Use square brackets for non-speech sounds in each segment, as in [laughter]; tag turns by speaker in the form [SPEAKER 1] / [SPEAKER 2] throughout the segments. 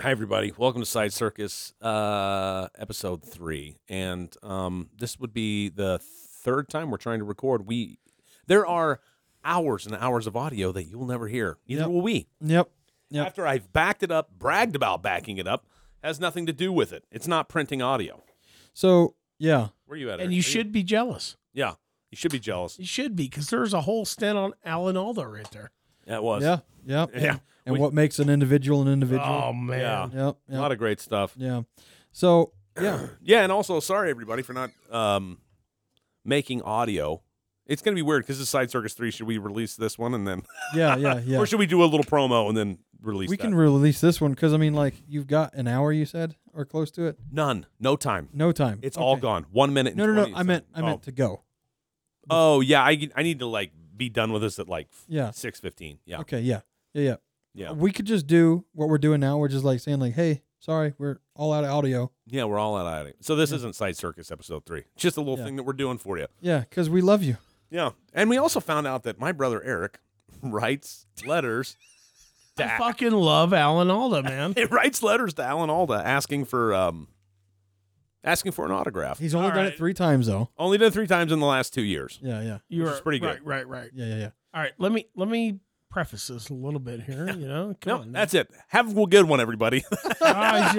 [SPEAKER 1] Hi, everybody. Welcome to Side Circus, uh, episode three. And um, this would be the third time we're trying to record. We There are hours and hours of audio that you'll never hear. Neither
[SPEAKER 2] Yep.
[SPEAKER 1] will we.
[SPEAKER 2] Yep. Yep.
[SPEAKER 1] After I've backed it up, bragged about backing it up, has nothing to do with it. It's not printing audio.
[SPEAKER 2] So yeah,
[SPEAKER 1] Where you at? Eric?
[SPEAKER 3] And you
[SPEAKER 1] Are
[SPEAKER 3] should be jealous.
[SPEAKER 1] yeah. You should be jealous.
[SPEAKER 3] You should be because there's a whole stint on Alan Alda right there.
[SPEAKER 1] That was.
[SPEAKER 2] yeah, yeah,
[SPEAKER 1] [laughs] Yeah.
[SPEAKER 2] And
[SPEAKER 1] We-
[SPEAKER 2] what makes an individual an individual?
[SPEAKER 3] Oh man,
[SPEAKER 1] Yeah.
[SPEAKER 2] Yep.
[SPEAKER 1] A lot
[SPEAKER 2] Yep.
[SPEAKER 1] of great stuff.
[SPEAKER 2] Yeah. So yeah,
[SPEAKER 1] Yeah, and also sorry everybody for not um making audio. It's gonna be weird because it's Side Circus Three. Should we release this one and then,
[SPEAKER 2] yeah, yeah,
[SPEAKER 1] [laughs]
[SPEAKER 2] yeah.
[SPEAKER 1] or should we do a little promo and then release?
[SPEAKER 2] We
[SPEAKER 1] that?
[SPEAKER 2] can release this one because I mean, like, you've got an hour, you said, or close to it.
[SPEAKER 1] none, no time.
[SPEAKER 2] No time.
[SPEAKER 1] It's all
[SPEAKER 2] Okay.
[SPEAKER 1] gone. One minute. And
[SPEAKER 2] No, no,
[SPEAKER 1] 20
[SPEAKER 2] no. I meant, I
[SPEAKER 1] seconds.
[SPEAKER 2] meant to go.
[SPEAKER 1] Oh, oh yeah, I I need to like be done with this at like
[SPEAKER 2] Yeah.
[SPEAKER 1] six fifteen. Yeah,
[SPEAKER 2] Okay. Yeah. Yeah. Yeah.
[SPEAKER 1] yeah,
[SPEAKER 2] We could just do what we're doing now. We're just like saying, like, hey, sorry, we're all out of audio.
[SPEAKER 1] yeah. We're all out of it. So this isn't Side Circus episode three. It's Just a little
[SPEAKER 2] Yeah.
[SPEAKER 1] thing that we're doing for you.
[SPEAKER 2] Yeah, because we love you.
[SPEAKER 1] Yeah, and we also found out that my brother Eric [laughs] writes
[SPEAKER 2] [laughs]
[SPEAKER 1] letters. to
[SPEAKER 3] I fucking love Alan Alda,
[SPEAKER 1] [laughs]
[SPEAKER 3] man.
[SPEAKER 1] it writes letters to Alan Alda asking for um asking for an autograph.
[SPEAKER 2] He's only
[SPEAKER 3] All
[SPEAKER 2] done it
[SPEAKER 3] right.
[SPEAKER 2] three times though.
[SPEAKER 1] Only done three times in the last two years.
[SPEAKER 2] Yeah. Yeah.
[SPEAKER 3] You're
[SPEAKER 1] is pretty good.
[SPEAKER 3] Right, right, right.
[SPEAKER 1] [laughs]
[SPEAKER 2] Yeah. Yeah. Yeah.
[SPEAKER 3] All right, let me let me preface this a little bit here. You know, come
[SPEAKER 1] No,
[SPEAKER 3] on.
[SPEAKER 1] that's it. Have a good one, everybody.
[SPEAKER 3] I
[SPEAKER 1] Ah,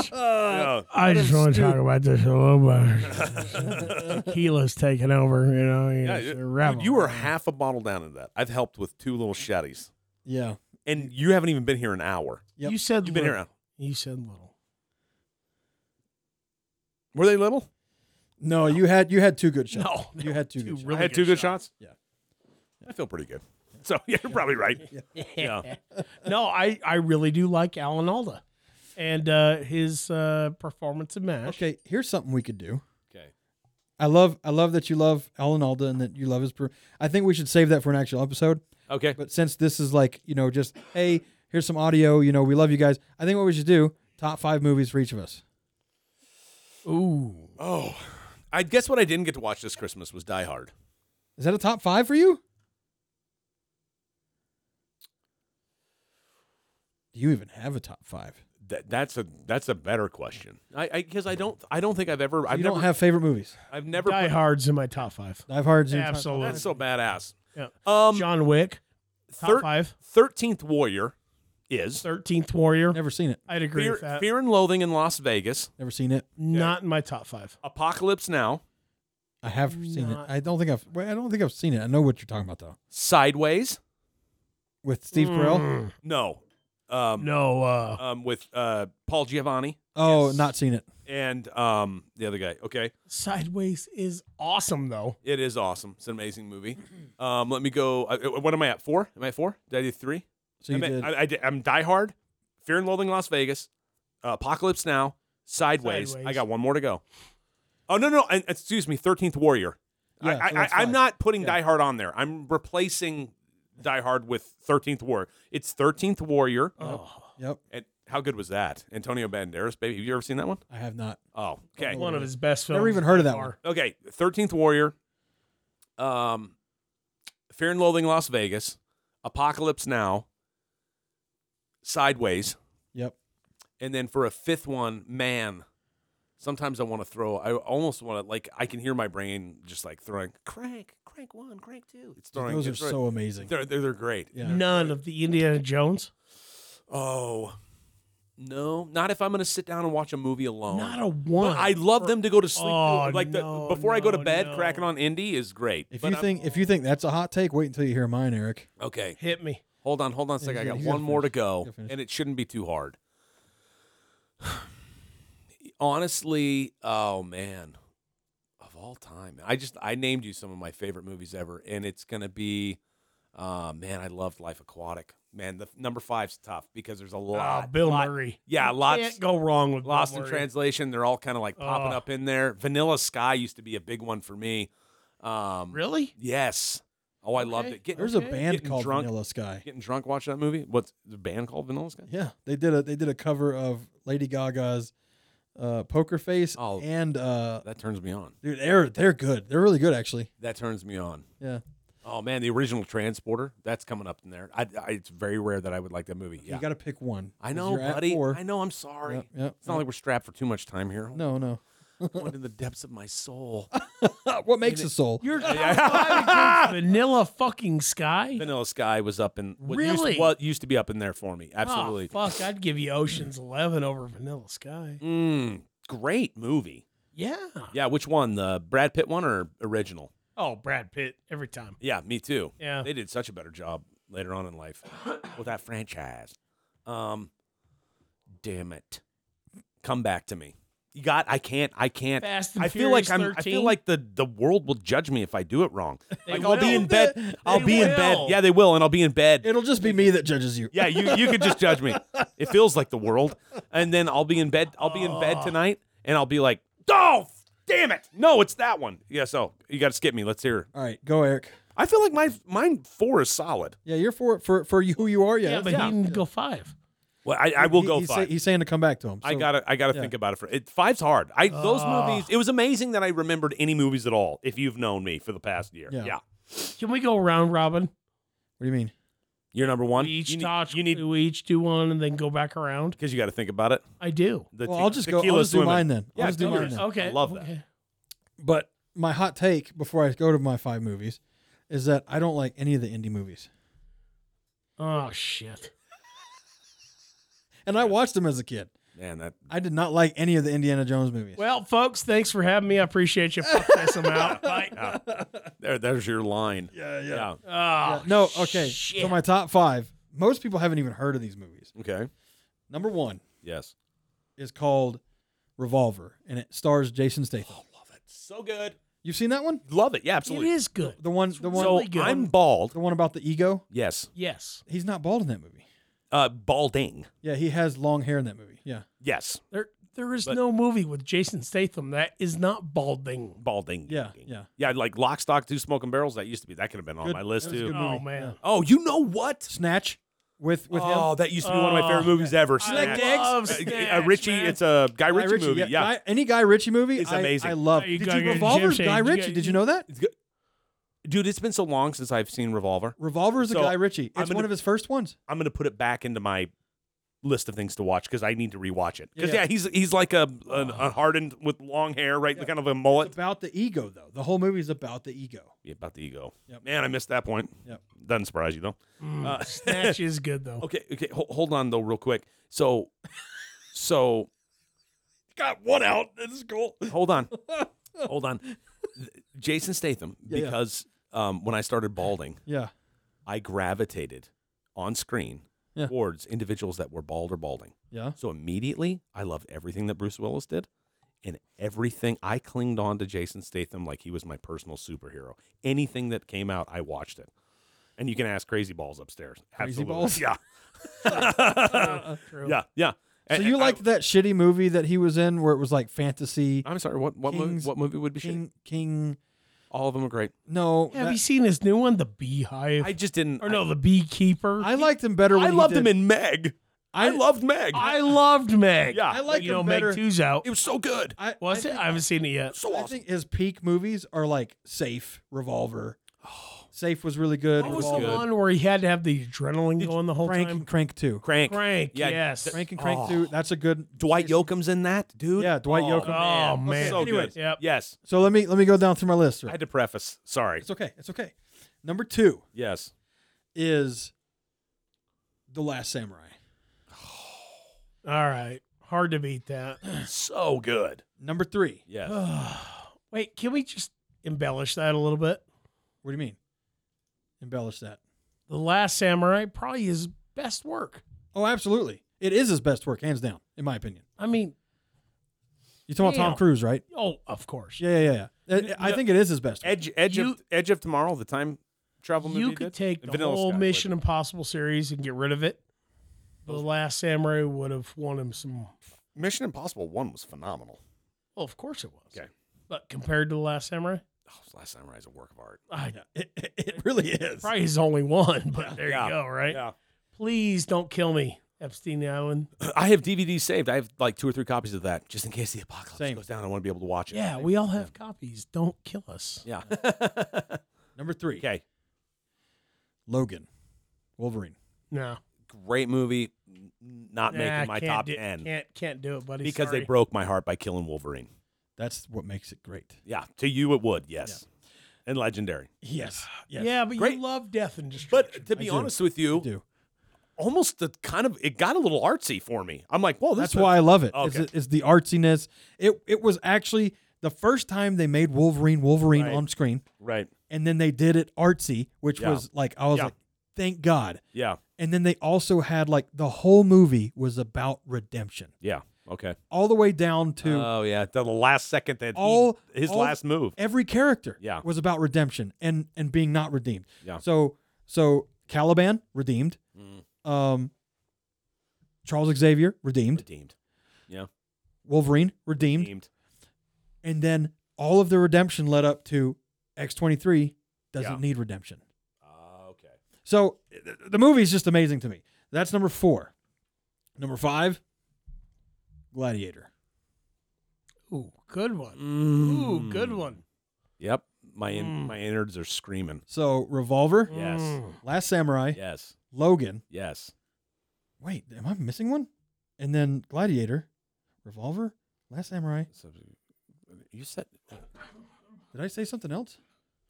[SPEAKER 3] just want to talk about this.
[SPEAKER 1] Yeah.
[SPEAKER 3] I just want to talk about this a
[SPEAKER 1] [laughs]
[SPEAKER 3] little
[SPEAKER 2] [laughs]
[SPEAKER 3] bit. Tequila's taking over. You know,
[SPEAKER 1] Yeah,
[SPEAKER 3] it's a
[SPEAKER 1] it-
[SPEAKER 3] revel.
[SPEAKER 1] dude, you were half a bottle down in that. I've helped with two little shetties,
[SPEAKER 2] Yeah.
[SPEAKER 1] and you haven't even been here an hour.
[SPEAKER 2] Yep.
[SPEAKER 3] You said
[SPEAKER 1] You've been
[SPEAKER 3] little.
[SPEAKER 1] here. a-
[SPEAKER 3] You
[SPEAKER 1] [laughs]
[SPEAKER 3] said little.
[SPEAKER 1] Were they little?
[SPEAKER 2] No, you had you had two good shots.
[SPEAKER 3] [laughs] No,
[SPEAKER 2] you had two good shots.
[SPEAKER 3] Really
[SPEAKER 1] I had two good shots.
[SPEAKER 2] Yeah.
[SPEAKER 1] I feel pretty good. So [laughs] yeah, you're probably
[SPEAKER 2] [laughs]
[SPEAKER 1] right. Yeah.
[SPEAKER 3] no, I, I really do like Alan Alda and uh, his uh, performance in MASH.
[SPEAKER 2] Okay, here's something we could do.
[SPEAKER 1] Okay.
[SPEAKER 2] I love I love that you love Alan Alda and that you love his. Per- I think we should save that for an actual episode.
[SPEAKER 1] Okay.
[SPEAKER 2] But since this is like you know just hey here's some audio you know we love you guys. I think what we should do top five movies for each of us.
[SPEAKER 3] Ooh.
[SPEAKER 1] Oh, I guess what I didn't get to watch this Christmas was Die Hard.
[SPEAKER 2] Is that a top five for you? Do you even have a top five?
[SPEAKER 1] That, that's a that's a better question. I because I, don't I don't think I've ever
[SPEAKER 2] You
[SPEAKER 1] I've
[SPEAKER 2] don't
[SPEAKER 1] never
[SPEAKER 2] have favorite movies.
[SPEAKER 1] I've never
[SPEAKER 3] Die
[SPEAKER 1] put-
[SPEAKER 3] Hard's in my top five.
[SPEAKER 2] Dive Hard.
[SPEAKER 3] Absolutely.
[SPEAKER 1] that's so badass.
[SPEAKER 3] Yeah.
[SPEAKER 1] Um,
[SPEAKER 3] John Wick, top
[SPEAKER 1] thir-
[SPEAKER 3] five.
[SPEAKER 1] 13th Warrior is
[SPEAKER 3] 13th Warrior.
[SPEAKER 2] Never seen it.
[SPEAKER 3] I'd agree with
[SPEAKER 1] Fear,
[SPEAKER 3] that.
[SPEAKER 1] Fear and Loathing in Las Vegas,
[SPEAKER 2] Never seen it.
[SPEAKER 3] Not in my top five.
[SPEAKER 1] Apocalypse Now,
[SPEAKER 2] I have seen it.
[SPEAKER 3] Not-
[SPEAKER 2] I don't think I've. Well, I don't think I've seen it. I know what you're talking about though.
[SPEAKER 1] Sideways.
[SPEAKER 2] With
[SPEAKER 1] Hmm.
[SPEAKER 2] Steve Carell.
[SPEAKER 3] Mm.
[SPEAKER 1] No. Um,
[SPEAKER 3] No. Uh,
[SPEAKER 1] um, with uh, Paul Giovanni
[SPEAKER 2] Oh,
[SPEAKER 3] Yes.
[SPEAKER 2] not seen it.
[SPEAKER 1] and um, the other guy. Okay,
[SPEAKER 3] Sideways is awesome, though.
[SPEAKER 1] it is awesome. It's an amazing movie. Um, let me go. Uh, what am I at? Four? Am I at four? Did I do three?
[SPEAKER 2] So you
[SPEAKER 1] I'm, at-
[SPEAKER 2] did.
[SPEAKER 1] I, I did- I'm Die Hard, Fear and Loathing in Las Vegas, uh, Apocalypse Now, Sideways.
[SPEAKER 3] Sideways.
[SPEAKER 1] I got one more to go. Oh no no! And, excuse me, Thirteenth Warrior. I,
[SPEAKER 2] Yeah, so
[SPEAKER 1] I, I,
[SPEAKER 2] that's
[SPEAKER 1] I'm
[SPEAKER 2] five.
[SPEAKER 1] not putting
[SPEAKER 2] Yeah.
[SPEAKER 1] Die Hard on there. I'm replacing Die Hard with Thirteenth War. It's Thirteenth Warrior.
[SPEAKER 3] Oh,
[SPEAKER 2] yep.
[SPEAKER 1] And how good was that? Antonio Banderas, baby. Have you ever seen that one?
[SPEAKER 2] I have not.
[SPEAKER 1] Oh, okay.
[SPEAKER 3] one of his best films.
[SPEAKER 2] Never even heard of
[SPEAKER 3] by
[SPEAKER 2] that
[SPEAKER 3] far.
[SPEAKER 2] one.
[SPEAKER 1] Okay, Thirteenth Warrior, um, Fear and Loathing in Las Vegas, Apocalypse Now, Sideways,
[SPEAKER 2] Yep.
[SPEAKER 1] and then for a fifth one, man. Sometimes I want to throw. I almost want to like. I can hear my brain just like throwing crank, crank one, crank two. It's throwing.
[SPEAKER 2] Those are
[SPEAKER 1] it's throwing-
[SPEAKER 2] so amazing.
[SPEAKER 1] They're, they're they're great.
[SPEAKER 2] Yeah.
[SPEAKER 3] None of the Indiana Jones.
[SPEAKER 1] Oh no, not if I'm gonna sit down and watch a movie alone.
[SPEAKER 3] Not a
[SPEAKER 1] Oh. But
[SPEAKER 3] one.
[SPEAKER 1] I love them to go to sleep.
[SPEAKER 3] Oh,
[SPEAKER 1] like the,
[SPEAKER 3] no,
[SPEAKER 1] before I go to
[SPEAKER 3] no,
[SPEAKER 1] bed,
[SPEAKER 3] no.
[SPEAKER 1] cracking on indie is great.
[SPEAKER 2] If
[SPEAKER 1] But
[SPEAKER 2] you
[SPEAKER 1] I'm-
[SPEAKER 2] think if you think that's a hot take, wait until you hear mine, Eric.
[SPEAKER 1] okay,
[SPEAKER 3] Hit me.
[SPEAKER 1] hold on, hold on a second. I
[SPEAKER 2] you
[SPEAKER 1] got
[SPEAKER 2] gotta
[SPEAKER 1] one more to
[SPEAKER 2] finish. You
[SPEAKER 1] go,
[SPEAKER 2] gotta finish.
[SPEAKER 1] and it shouldn't be too hard. [sighs] Honestly, oh man, of all time, I just I named you some of my favorite movies ever, and it's gonna be, uh, man, I loved Life Aquatic. Man, the f- number five's tough because there's a lot.
[SPEAKER 3] Oh, Bill
[SPEAKER 1] lot-
[SPEAKER 3] Murray.
[SPEAKER 1] Yeah,
[SPEAKER 3] You
[SPEAKER 1] lots.
[SPEAKER 3] Can't go wrong with Bill
[SPEAKER 1] Lost in
[SPEAKER 3] Murray.
[SPEAKER 1] Translation. They're all kind of like popping
[SPEAKER 3] Ugh.
[SPEAKER 1] up in there. Vanilla Sky used to be a big one for me. Um,
[SPEAKER 3] Really?
[SPEAKER 1] Yes. Oh, I loved
[SPEAKER 3] Okay.
[SPEAKER 1] it. Get,
[SPEAKER 2] There's a
[SPEAKER 3] Okay.
[SPEAKER 2] band
[SPEAKER 1] Getting
[SPEAKER 2] called
[SPEAKER 1] drunk.
[SPEAKER 2] Vanilla Sky.
[SPEAKER 1] getting drunk watching that movie. What's the band called? Vanilla Sky.
[SPEAKER 2] Yeah, they did a they did a cover of Lady Gaga's uh, Poker Face
[SPEAKER 1] Oh.
[SPEAKER 2] and uh,
[SPEAKER 1] That turns me on.
[SPEAKER 2] dude, they're they're good. They're really good actually.
[SPEAKER 1] That turns me on.
[SPEAKER 2] Yeah.
[SPEAKER 1] Oh man, the original Transporter that's coming up in there. I, I it's very rare that I would like that movie. Yeah,
[SPEAKER 2] You got to pick one.
[SPEAKER 1] I
[SPEAKER 2] 'cause
[SPEAKER 1] know,
[SPEAKER 2] you're at
[SPEAKER 1] buddy.
[SPEAKER 2] four.
[SPEAKER 1] I know. I'm sorry.
[SPEAKER 2] Yep, yep,
[SPEAKER 1] It's not
[SPEAKER 2] yep.
[SPEAKER 1] like we're strapped for too much time here.
[SPEAKER 2] no,
[SPEAKER 1] [laughs]
[SPEAKER 2] no.
[SPEAKER 1] Going to the depths of my
[SPEAKER 2] [laughs]
[SPEAKER 1] soul.
[SPEAKER 2] what makes a soul?
[SPEAKER 3] [laughs] You're top five against Vanilla fucking
[SPEAKER 1] [laughs]
[SPEAKER 3] Sky.
[SPEAKER 1] Vanilla Sky was up in what Used
[SPEAKER 3] Really?
[SPEAKER 1] to, what used to be up in there for me.
[SPEAKER 3] Oh,
[SPEAKER 1] Absolutely.
[SPEAKER 3] fuck, I'd give you Ocean's Eleven over Vanilla Sky.
[SPEAKER 1] Mm, great movie.
[SPEAKER 3] Yeah.
[SPEAKER 1] Yeah, which one? The Brad Pitt one or original?
[SPEAKER 3] Oh, Brad Pitt every time.
[SPEAKER 1] Yeah, me too.
[SPEAKER 3] Yeah.
[SPEAKER 1] They did such a better job later on in life [coughs] with that franchise. Um, damn it, come back to me. You got? I can't. I can't.
[SPEAKER 3] Fast and
[SPEAKER 1] I feel like I'm.
[SPEAKER 3] Furious
[SPEAKER 1] I
[SPEAKER 3] 13?
[SPEAKER 1] feel like the the world will judge me if I do it wrong.
[SPEAKER 3] [laughs] They
[SPEAKER 1] like I'll be
[SPEAKER 3] will.
[SPEAKER 1] in bed.
[SPEAKER 2] They
[SPEAKER 1] I'll be in bed.
[SPEAKER 3] will.
[SPEAKER 1] Yeah, they will, and I'll be in bed.
[SPEAKER 2] It'll just be me that judges you.
[SPEAKER 1] Yeah, you you could just
[SPEAKER 3] [laughs]
[SPEAKER 1] judge me. It feels like the world. And then I'll be in bed. I'll be in bed tonight, and I'll be like, oh, f- damn it! No, it's that one. Yeah, so you got to skip me. Let's hear. it.
[SPEAKER 2] All right, go Eric.
[SPEAKER 1] I feel like my mine four is solid.
[SPEAKER 2] Yeah, you're for for for you who you are. Yeah,
[SPEAKER 3] Yeah, but
[SPEAKER 2] that's-
[SPEAKER 3] he didn't go five.
[SPEAKER 1] Well, I, I will
[SPEAKER 2] he-
[SPEAKER 1] go
[SPEAKER 2] he's,
[SPEAKER 1] five.
[SPEAKER 2] Say, he's saying to come back to him.
[SPEAKER 1] I
[SPEAKER 2] so-
[SPEAKER 1] gotta I gotta
[SPEAKER 2] yeah.
[SPEAKER 1] think about it for it. Five's hard. I those
[SPEAKER 3] Ah.
[SPEAKER 1] movies. It was amazing that I remembered any movies at all. If you've known me for the past year,
[SPEAKER 2] Yeah.
[SPEAKER 1] yeah.
[SPEAKER 3] Can we go round robin?
[SPEAKER 2] What do you mean?
[SPEAKER 1] You're number one.
[SPEAKER 3] We each
[SPEAKER 1] you,
[SPEAKER 3] touch.
[SPEAKER 1] need because
[SPEAKER 3] we each do one and then go back around.
[SPEAKER 1] you, got to think about it.
[SPEAKER 3] I do.
[SPEAKER 1] The
[SPEAKER 2] Well,
[SPEAKER 1] te-
[SPEAKER 2] I'll just go. I'll
[SPEAKER 1] tequila
[SPEAKER 2] just do
[SPEAKER 1] swimming.
[SPEAKER 2] mine then. I'll
[SPEAKER 1] Yeah,
[SPEAKER 2] just do
[SPEAKER 1] go
[SPEAKER 2] mine
[SPEAKER 1] yours.
[SPEAKER 2] then.
[SPEAKER 3] Okay,
[SPEAKER 1] I love that.
[SPEAKER 3] okay.
[SPEAKER 2] But my hot take before I go to my five movies is that I don't like any of the indie movies,
[SPEAKER 3] Oh shit.
[SPEAKER 2] and I watched them as a kid.
[SPEAKER 1] Man, that
[SPEAKER 2] I did not like any of the Indiana Jones movies.
[SPEAKER 3] Well, folks, thanks for having me. I appreciate you. Fuck this, I'm out. [laughs] Bye.
[SPEAKER 1] there there's your line.
[SPEAKER 2] yeah,
[SPEAKER 1] Yeah. Ah,
[SPEAKER 3] Oh,
[SPEAKER 2] No, okay.
[SPEAKER 3] Shit.
[SPEAKER 2] So my top five. Most people haven't even heard of these movies.
[SPEAKER 1] Okay.
[SPEAKER 2] Number one
[SPEAKER 1] Yes.
[SPEAKER 2] is called Revolver, and it stars Jason Statham.
[SPEAKER 1] Oh, love it. So good.
[SPEAKER 2] You've seen that one?
[SPEAKER 1] Love it. Yeah,
[SPEAKER 3] it
[SPEAKER 1] absolutely.
[SPEAKER 3] is good.
[SPEAKER 2] The one, the one,
[SPEAKER 1] so
[SPEAKER 3] really good.
[SPEAKER 1] I'm bald.
[SPEAKER 2] the one about the ego.
[SPEAKER 1] Yes.
[SPEAKER 3] Yes,
[SPEAKER 2] He's not bald in that movie.
[SPEAKER 1] Uh, balding.
[SPEAKER 2] Yeah, he has long hair in that movie. Yeah,
[SPEAKER 1] Yes.
[SPEAKER 3] there there is
[SPEAKER 1] But-
[SPEAKER 3] no movie with Jason Statham that is not balding.
[SPEAKER 1] Balding.
[SPEAKER 2] yeah, yeah.
[SPEAKER 1] Yeah, like Lock, Stock, Two Smoking Barrels. That used to be. That could have been on
[SPEAKER 2] Good-
[SPEAKER 1] my list
[SPEAKER 2] that was a
[SPEAKER 1] too.
[SPEAKER 2] good
[SPEAKER 3] Oh
[SPEAKER 2] movie,
[SPEAKER 3] man,
[SPEAKER 1] Oh, you know what?
[SPEAKER 2] Snatch with with
[SPEAKER 1] oh,
[SPEAKER 2] him.
[SPEAKER 1] that used to be one of my favorite
[SPEAKER 3] Oh,
[SPEAKER 1] movies ever.
[SPEAKER 3] I
[SPEAKER 1] Snatch.
[SPEAKER 3] love
[SPEAKER 1] Uh,
[SPEAKER 3] Snatch,
[SPEAKER 1] a Richie.
[SPEAKER 3] man.
[SPEAKER 1] It's a Guy
[SPEAKER 2] Guy
[SPEAKER 1] Ritchie,
[SPEAKER 2] Ritchie,
[SPEAKER 1] movie. Yeah.
[SPEAKER 2] Guy- any Guy Ritchie movie
[SPEAKER 1] It's
[SPEAKER 2] I-
[SPEAKER 1] amazing.
[SPEAKER 2] I, love.
[SPEAKER 3] You
[SPEAKER 2] Did
[SPEAKER 3] gotta
[SPEAKER 2] you
[SPEAKER 3] get a
[SPEAKER 2] Revolver's
[SPEAKER 3] gym
[SPEAKER 2] Guy
[SPEAKER 3] change. You
[SPEAKER 2] Ritchie?
[SPEAKER 3] gotta-
[SPEAKER 2] Did you know that?
[SPEAKER 1] It's good. Dude, it's been so long since I've seen Revolver.
[SPEAKER 2] Revolver's a
[SPEAKER 1] So,
[SPEAKER 2] Guy Ritchie. It's
[SPEAKER 1] I'm gonna-
[SPEAKER 2] one of his first ones.
[SPEAKER 1] I'm gonna put it back into my list of things to watch because I need to rewatch it. Because
[SPEAKER 2] Yeah.
[SPEAKER 1] yeah. he's he's like [sighs] a, an, a hardened with long hair, right? Kind of a mullet.
[SPEAKER 2] It's about the ego, though. The whole movie's about the ego.
[SPEAKER 1] Yeah, about the ego.
[SPEAKER 2] Yep.
[SPEAKER 1] Man, I missed that point.
[SPEAKER 2] Yep.
[SPEAKER 1] Doesn't surprise you though.
[SPEAKER 3] Mm,
[SPEAKER 1] Uh,
[SPEAKER 3] Snatch is good though.
[SPEAKER 1] [laughs] Okay, okay. Ho- hold on though, real quick. So, [laughs] so got one out. This is cool. Hold [laughs] on, hold on. Th- Jason Statham,
[SPEAKER 2] Yeah, yeah.
[SPEAKER 1] because Um, when I started balding,
[SPEAKER 2] Yeah.
[SPEAKER 1] I gravitated on screen
[SPEAKER 2] Yeah.
[SPEAKER 1] towards individuals that were bald or balding.
[SPEAKER 2] Yeah.
[SPEAKER 1] So immediately, I loved everything that Bruce Willis did, and everything I clinged on to Jason Statham like he was my personal superhero. Anything that came out, I watched it. And you can ask Crazy Balls upstairs.
[SPEAKER 2] Crazy
[SPEAKER 1] Absolutely.
[SPEAKER 2] Balls?
[SPEAKER 1] yeah.
[SPEAKER 3] Uh,
[SPEAKER 1] [laughs]
[SPEAKER 2] [laughs]
[SPEAKER 3] true.
[SPEAKER 1] Yeah, yeah.
[SPEAKER 2] So
[SPEAKER 1] And-
[SPEAKER 2] you
[SPEAKER 1] and I-
[SPEAKER 2] liked that shitty movie that he was in where it was like fantasy
[SPEAKER 1] I'm sorry. What what movie?
[SPEAKER 2] Kings-
[SPEAKER 1] What movie would be? shit?
[SPEAKER 2] King King
[SPEAKER 1] All of them are great.
[SPEAKER 2] No.
[SPEAKER 3] Have
[SPEAKER 2] that-
[SPEAKER 3] you seen his new one, The Beehive?
[SPEAKER 1] I just didn't.
[SPEAKER 3] or no, The Beekeeper.
[SPEAKER 2] I liked him better
[SPEAKER 1] I,
[SPEAKER 2] when
[SPEAKER 1] I
[SPEAKER 2] he
[SPEAKER 1] loved
[SPEAKER 2] did-
[SPEAKER 1] him in Meg. I,
[SPEAKER 2] I-
[SPEAKER 1] loved Meg.
[SPEAKER 3] I loved Meg.
[SPEAKER 1] yeah,
[SPEAKER 2] I like
[SPEAKER 3] you know
[SPEAKER 2] him
[SPEAKER 3] Meg
[SPEAKER 2] better.
[SPEAKER 3] Two's out.
[SPEAKER 1] it was so good.
[SPEAKER 2] I,
[SPEAKER 3] Was
[SPEAKER 2] I
[SPEAKER 3] it?
[SPEAKER 2] think-
[SPEAKER 3] I haven't seen it yet.
[SPEAKER 1] So
[SPEAKER 2] I
[SPEAKER 1] awesome.
[SPEAKER 2] think his peak movies are like Safe, Revolver. Safe was really good.
[SPEAKER 3] What was
[SPEAKER 1] all
[SPEAKER 3] the
[SPEAKER 2] Oh. Revolver.
[SPEAKER 1] good.
[SPEAKER 3] one where he had to have the adrenaline going the whole
[SPEAKER 2] Crank
[SPEAKER 3] time?
[SPEAKER 2] and Crank Two.
[SPEAKER 1] Crank.
[SPEAKER 3] Crank, yes.
[SPEAKER 1] th-
[SPEAKER 2] Crank and Crank
[SPEAKER 1] oh.
[SPEAKER 2] Two. That's a good.
[SPEAKER 1] Dwight Yoakam's in that, dude.
[SPEAKER 2] Yeah, Dwight
[SPEAKER 1] Oh,
[SPEAKER 2] Yoakam.
[SPEAKER 3] Oh man,
[SPEAKER 2] Okay,
[SPEAKER 1] So
[SPEAKER 2] anyways.
[SPEAKER 1] good.
[SPEAKER 3] Yep.
[SPEAKER 1] Yes.
[SPEAKER 2] So let me let me go down through my list.
[SPEAKER 1] I had to preface. Sorry.
[SPEAKER 2] It's okay. It's okay. Number two
[SPEAKER 1] Yes.
[SPEAKER 2] is the Last Samurai.
[SPEAKER 3] All right, hard to beat that. [clears throat]
[SPEAKER 1] So good.
[SPEAKER 2] Number three.
[SPEAKER 1] Yes.
[SPEAKER 3] Wait, can we just embellish that a little bit?
[SPEAKER 2] What do you mean? Embellish that.
[SPEAKER 3] The Last Samurai probably his best work.
[SPEAKER 2] Oh, absolutely. It is his best work, hands down, in my opinion.
[SPEAKER 3] I mean,
[SPEAKER 2] You talking about Tom
[SPEAKER 3] Damn.
[SPEAKER 2] Cruise, right?
[SPEAKER 3] oh, of course.
[SPEAKER 2] Yeah, yeah, yeah. I- I
[SPEAKER 1] No.
[SPEAKER 2] think it is his best. work.
[SPEAKER 1] Edge Edge of
[SPEAKER 3] You-
[SPEAKER 1] Edge of Tomorrow, the time travel movie.
[SPEAKER 3] You
[SPEAKER 1] he
[SPEAKER 3] could
[SPEAKER 1] did?
[SPEAKER 3] take the
[SPEAKER 1] Vanilla
[SPEAKER 3] whole
[SPEAKER 1] Sky,
[SPEAKER 3] Mission Impossible series and get rid of it. The Last Samurai would have won him some.
[SPEAKER 1] but- Mission Impossible One was phenomenal.
[SPEAKER 3] Well, of course it was.
[SPEAKER 1] Okay.
[SPEAKER 3] But compared to The Last Samurai,
[SPEAKER 1] Oh, Last Samurai is a work of art.
[SPEAKER 3] I,
[SPEAKER 2] Yeah, it, it- it really is.
[SPEAKER 3] probably his only one. But there
[SPEAKER 1] Yeah.
[SPEAKER 3] you go, right?
[SPEAKER 1] Yeah. [clears throat]
[SPEAKER 3] Please don't kill me, Epstein Island.
[SPEAKER 1] I have DVDs saved. I have like two or three copies of that, just in case the apocalypse
[SPEAKER 2] Same.
[SPEAKER 1] goes down. I want to be able to watch it.
[SPEAKER 3] [laughs] Yeah, we all have copies. Don't kill us.
[SPEAKER 1] Yeah.
[SPEAKER 2] Number three,
[SPEAKER 1] okay.
[SPEAKER 2] Logan, Wolverine.
[SPEAKER 3] No,
[SPEAKER 1] Great movie, n- not
[SPEAKER 3] Nah,
[SPEAKER 1] making my
[SPEAKER 3] can't
[SPEAKER 1] top
[SPEAKER 3] do-
[SPEAKER 1] ten
[SPEAKER 3] Can't can't do it, buddy.
[SPEAKER 1] because
[SPEAKER 3] Sorry.
[SPEAKER 1] they broke my heart by killing Wolverine.
[SPEAKER 2] That's what makes it great.
[SPEAKER 1] Yeah, to you it would, yes, and legendary.
[SPEAKER 2] Yes.
[SPEAKER 1] [sighs]
[SPEAKER 2] Yes.
[SPEAKER 3] Yeah, but
[SPEAKER 1] Great.
[SPEAKER 3] you love death and destruction.
[SPEAKER 1] But uh, to be
[SPEAKER 2] do.
[SPEAKER 1] honest with
[SPEAKER 2] I
[SPEAKER 1] you,
[SPEAKER 2] do.
[SPEAKER 1] almost the kind of it got a little artsy for me. I'm like, well, Oh, this
[SPEAKER 2] That's why I love it. It's,
[SPEAKER 1] Okay.
[SPEAKER 2] it's the artsiness. It it was actually the first time they made Wolverine Wolverine
[SPEAKER 1] Right.
[SPEAKER 2] on screen,
[SPEAKER 1] right,
[SPEAKER 2] and then they did it artsy, which
[SPEAKER 1] Yeah.
[SPEAKER 2] was like I was
[SPEAKER 1] Yeah.
[SPEAKER 2] like, thank God.
[SPEAKER 1] yeah,
[SPEAKER 2] And then they also had like the whole movie was about redemption,
[SPEAKER 1] yeah, okay.
[SPEAKER 2] all the way down to
[SPEAKER 1] Oh yeah, the last second that he-
[SPEAKER 2] All-
[SPEAKER 1] his
[SPEAKER 2] all-
[SPEAKER 1] last move.
[SPEAKER 2] every character
[SPEAKER 1] Yeah.
[SPEAKER 2] was about redemption and and being not redeemed.
[SPEAKER 1] Yeah.
[SPEAKER 2] So so Caliban redeemed,
[SPEAKER 1] Mm,
[SPEAKER 2] um, Charles Xavier redeemed,
[SPEAKER 1] redeemed,
[SPEAKER 2] Wolverine redeemed,
[SPEAKER 1] redeemed.
[SPEAKER 2] and then all of the redemption led up to X23 doesn't
[SPEAKER 1] Yeah.
[SPEAKER 2] need redemption.
[SPEAKER 1] Ah, okay.
[SPEAKER 2] So th- the movie is just amazing to me. That's number 4. Number 5 Gladiator.
[SPEAKER 3] ooh, good one.
[SPEAKER 1] Mm.
[SPEAKER 3] Ooh, good one.
[SPEAKER 1] Yep, my in,
[SPEAKER 3] Mm.
[SPEAKER 1] my innards are screaming.
[SPEAKER 2] So Revolver,
[SPEAKER 1] Yes.
[SPEAKER 3] Mm.
[SPEAKER 2] Last Samurai,
[SPEAKER 1] Yes,
[SPEAKER 2] Logan.
[SPEAKER 1] yes.
[SPEAKER 2] Wait, am I missing one? And then Gladiator, Revolver, Last Samurai.
[SPEAKER 1] So, you said
[SPEAKER 2] Did I say something else?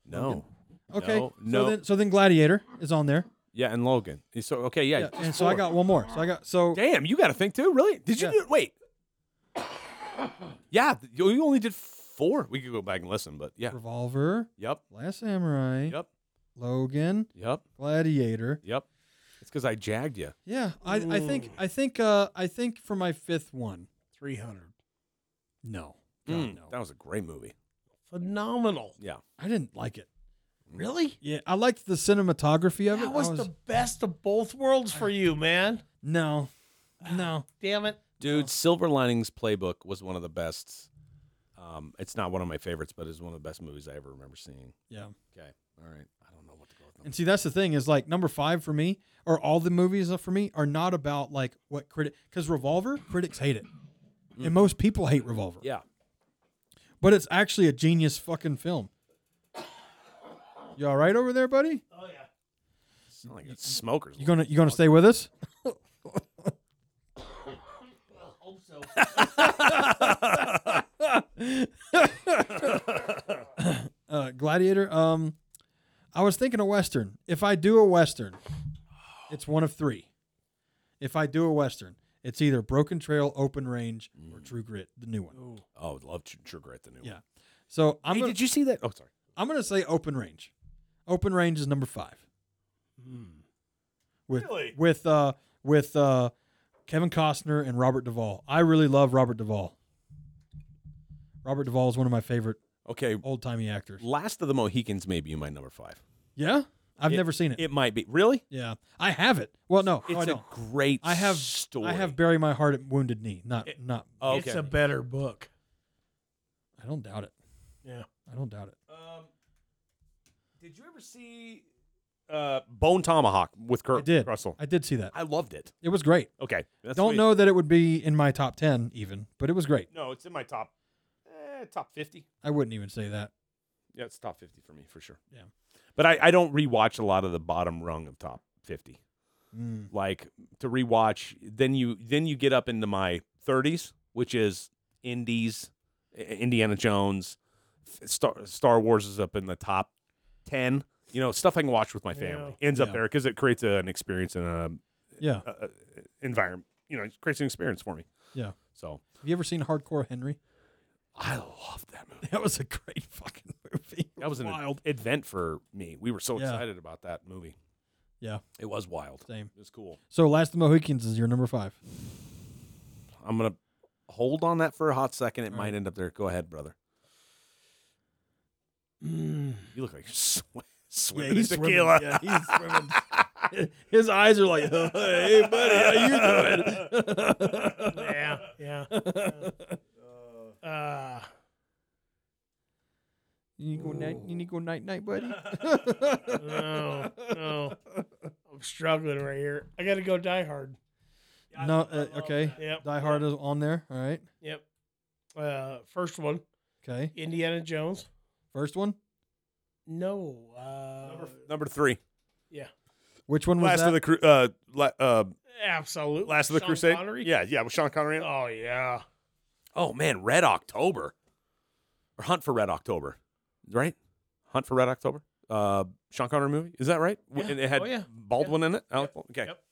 [SPEAKER 1] no.
[SPEAKER 2] Okay.
[SPEAKER 1] No,
[SPEAKER 2] so
[SPEAKER 1] no.
[SPEAKER 2] then so then Gladiator is on there.
[SPEAKER 1] Yeah, and Logan. So okay, yeah.
[SPEAKER 2] Yeah, and
[SPEAKER 1] that's
[SPEAKER 2] so I
[SPEAKER 1] four.
[SPEAKER 2] got one more. So I got so
[SPEAKER 1] Damn, you got to think too. Really? Did you
[SPEAKER 2] Yeah.
[SPEAKER 1] do? Wait. yeah, th- you you only did four. We could go back and listen, but yeah.
[SPEAKER 2] Revolver,
[SPEAKER 1] Yep.
[SPEAKER 2] Last Samurai,
[SPEAKER 1] Yep.
[SPEAKER 2] Logan,
[SPEAKER 1] Yep.
[SPEAKER 2] Gladiator.
[SPEAKER 1] Yep. It's because I jagged you.
[SPEAKER 2] Yeah, I, I
[SPEAKER 3] Mm.
[SPEAKER 2] think I think uh I think for my fifth one.
[SPEAKER 3] Three hundred.
[SPEAKER 2] No,
[SPEAKER 1] Mm,
[SPEAKER 2] God, no,
[SPEAKER 1] That was a great movie.
[SPEAKER 3] Phenomenal.
[SPEAKER 1] Yeah. Mm.
[SPEAKER 2] I didn't like it.
[SPEAKER 3] Really?
[SPEAKER 2] Yeah, I liked the cinematography of it.
[SPEAKER 3] That was,
[SPEAKER 2] I
[SPEAKER 3] the best of both worlds for you, man.
[SPEAKER 2] no, no.
[SPEAKER 3] Damn it.
[SPEAKER 1] Dude, Silver Linings Playbook was one of the best. Um, it's not one of my favorites, but it's one of the best movies I ever remember seeing.
[SPEAKER 2] Yeah,
[SPEAKER 1] Okay. All right. I don't know what to go with. Number.
[SPEAKER 2] and see that's the thing is like number five for me, or all the movies for me are not about like what critic because Revolver critics hate it,
[SPEAKER 3] Mm.
[SPEAKER 2] and most people hate Revolver.
[SPEAKER 1] Yeah.
[SPEAKER 2] but it's actually a genius fucking film. You all right over there, buddy?
[SPEAKER 3] Oh yeah.
[SPEAKER 1] Sound like a smokers.
[SPEAKER 2] You gonna you gonna stay with us? [laughs]
[SPEAKER 3] Hope so.
[SPEAKER 2] uh, Gladiator. Um, I was thinking a western. If I do a western, it's one of three. If I do a western, it's either Broken Trail, Open Range, or True Grit, the new one.
[SPEAKER 1] oh, I'd love to trigger at the new
[SPEAKER 2] Yeah.
[SPEAKER 1] one.
[SPEAKER 2] So I'm
[SPEAKER 1] Hey,
[SPEAKER 2] gonna,
[SPEAKER 1] did you see that? Oh, sorry.
[SPEAKER 2] I'm gonna say Open Range. Open Range is number five with
[SPEAKER 1] Hmm. Really?
[SPEAKER 2] with uh with uh Kevin Costner and Robert Duvall. I really love Robert Duvall. Robert Duvall is one of my favorite
[SPEAKER 1] Okay.
[SPEAKER 2] old timey actors.
[SPEAKER 1] Last of the Mohicans, maybe you might number five.
[SPEAKER 2] Yeah, I've never seen it.
[SPEAKER 1] It might be. Really?
[SPEAKER 2] Yeah, I have it. Well, no, no, Oh, I
[SPEAKER 1] It's
[SPEAKER 2] don't.
[SPEAKER 1] a great
[SPEAKER 2] I have
[SPEAKER 1] story.
[SPEAKER 2] I have bury my heart at wounded knee. Not not.
[SPEAKER 1] Oh, okay.
[SPEAKER 3] It's a better book.
[SPEAKER 2] I don't doubt it.
[SPEAKER 1] [laughs]
[SPEAKER 3] Yeah.
[SPEAKER 2] I don't doubt it.
[SPEAKER 1] Um, did you ever see uh, Bone Tomahawk with Kurt
[SPEAKER 2] I did.
[SPEAKER 1] Russell?
[SPEAKER 2] I did see that.
[SPEAKER 1] I loved it.
[SPEAKER 2] It was great.
[SPEAKER 1] Okay. That's
[SPEAKER 2] don't
[SPEAKER 1] sweet.
[SPEAKER 2] know that it would be in my top ten even, but it was great.
[SPEAKER 1] No, it's in my top eh, top 50.
[SPEAKER 2] I wouldn't even say that.
[SPEAKER 1] Yeah, it's top 50 for me for sure.
[SPEAKER 2] Yeah.
[SPEAKER 1] But I, I don't rewatch a lot of the bottom rung of top 50.
[SPEAKER 2] Mm.
[SPEAKER 1] Like to rewatch then you then you get up into my 30s, which is indies, I- Indiana Jones, F- Star, Star Wars is up in the top 10. You know, stuff I can watch with my family ends up
[SPEAKER 2] Yeah.
[SPEAKER 1] there because it creates a, an experience and a
[SPEAKER 2] Yeah.
[SPEAKER 1] uh, environment. You know, it creates an experience for me.
[SPEAKER 2] Yeah.
[SPEAKER 1] So
[SPEAKER 2] Have you ever seen Hardcore Henry?
[SPEAKER 1] I love that movie.
[SPEAKER 2] [laughs] That was a great fucking movie.
[SPEAKER 1] That was an
[SPEAKER 2] wild.
[SPEAKER 1] event for me. We were so
[SPEAKER 2] Yeah.
[SPEAKER 1] excited about that movie.
[SPEAKER 2] Yeah.
[SPEAKER 1] It was wild.
[SPEAKER 2] Same.
[SPEAKER 1] It was cool.
[SPEAKER 2] So Last of the Mohicans is your number five.
[SPEAKER 1] I'm gonna hold on that for a hot second. It might end up there. Go ahead, brother.
[SPEAKER 2] Mm.
[SPEAKER 1] You look like you're sw- swimming in tequila.
[SPEAKER 2] Yeah, he's swimming. [laughs] His eyes are like, hey buddy, how you doing?
[SPEAKER 3] yeah. Yeah. Uh,
[SPEAKER 2] You need to go night. You need to go night night, buddy. [laughs]
[SPEAKER 3] no. No. I'm struggling right here. I got to go Die Hard.
[SPEAKER 2] no, uh, okay.
[SPEAKER 3] Yep.
[SPEAKER 2] Die Hard is on there. All right.
[SPEAKER 3] Yep. Uh, first one,
[SPEAKER 2] Okay.
[SPEAKER 3] Indiana Jones.
[SPEAKER 2] First one.
[SPEAKER 3] No. Uh,
[SPEAKER 1] [laughs] Number three.
[SPEAKER 3] yeah.
[SPEAKER 2] Which one was
[SPEAKER 4] Last
[SPEAKER 2] that?
[SPEAKER 4] of the Cru- uh, la- uh,
[SPEAKER 3] Absolutely.
[SPEAKER 4] Last of the
[SPEAKER 3] Sean
[SPEAKER 4] Crusade.
[SPEAKER 3] Connery?
[SPEAKER 4] Yeah, yeah, with Sean Connery. in it.
[SPEAKER 3] Oh yeah.
[SPEAKER 1] Oh man, Red October, or Hunt for Red October, right? Hunt for Red October. Uh, Sean Connery movie is that right? W-
[SPEAKER 3] Yeah.
[SPEAKER 1] And it had
[SPEAKER 3] Oh, yeah.
[SPEAKER 1] Baldwin in it. Alec Baldwin? Okay.
[SPEAKER 3] Yep.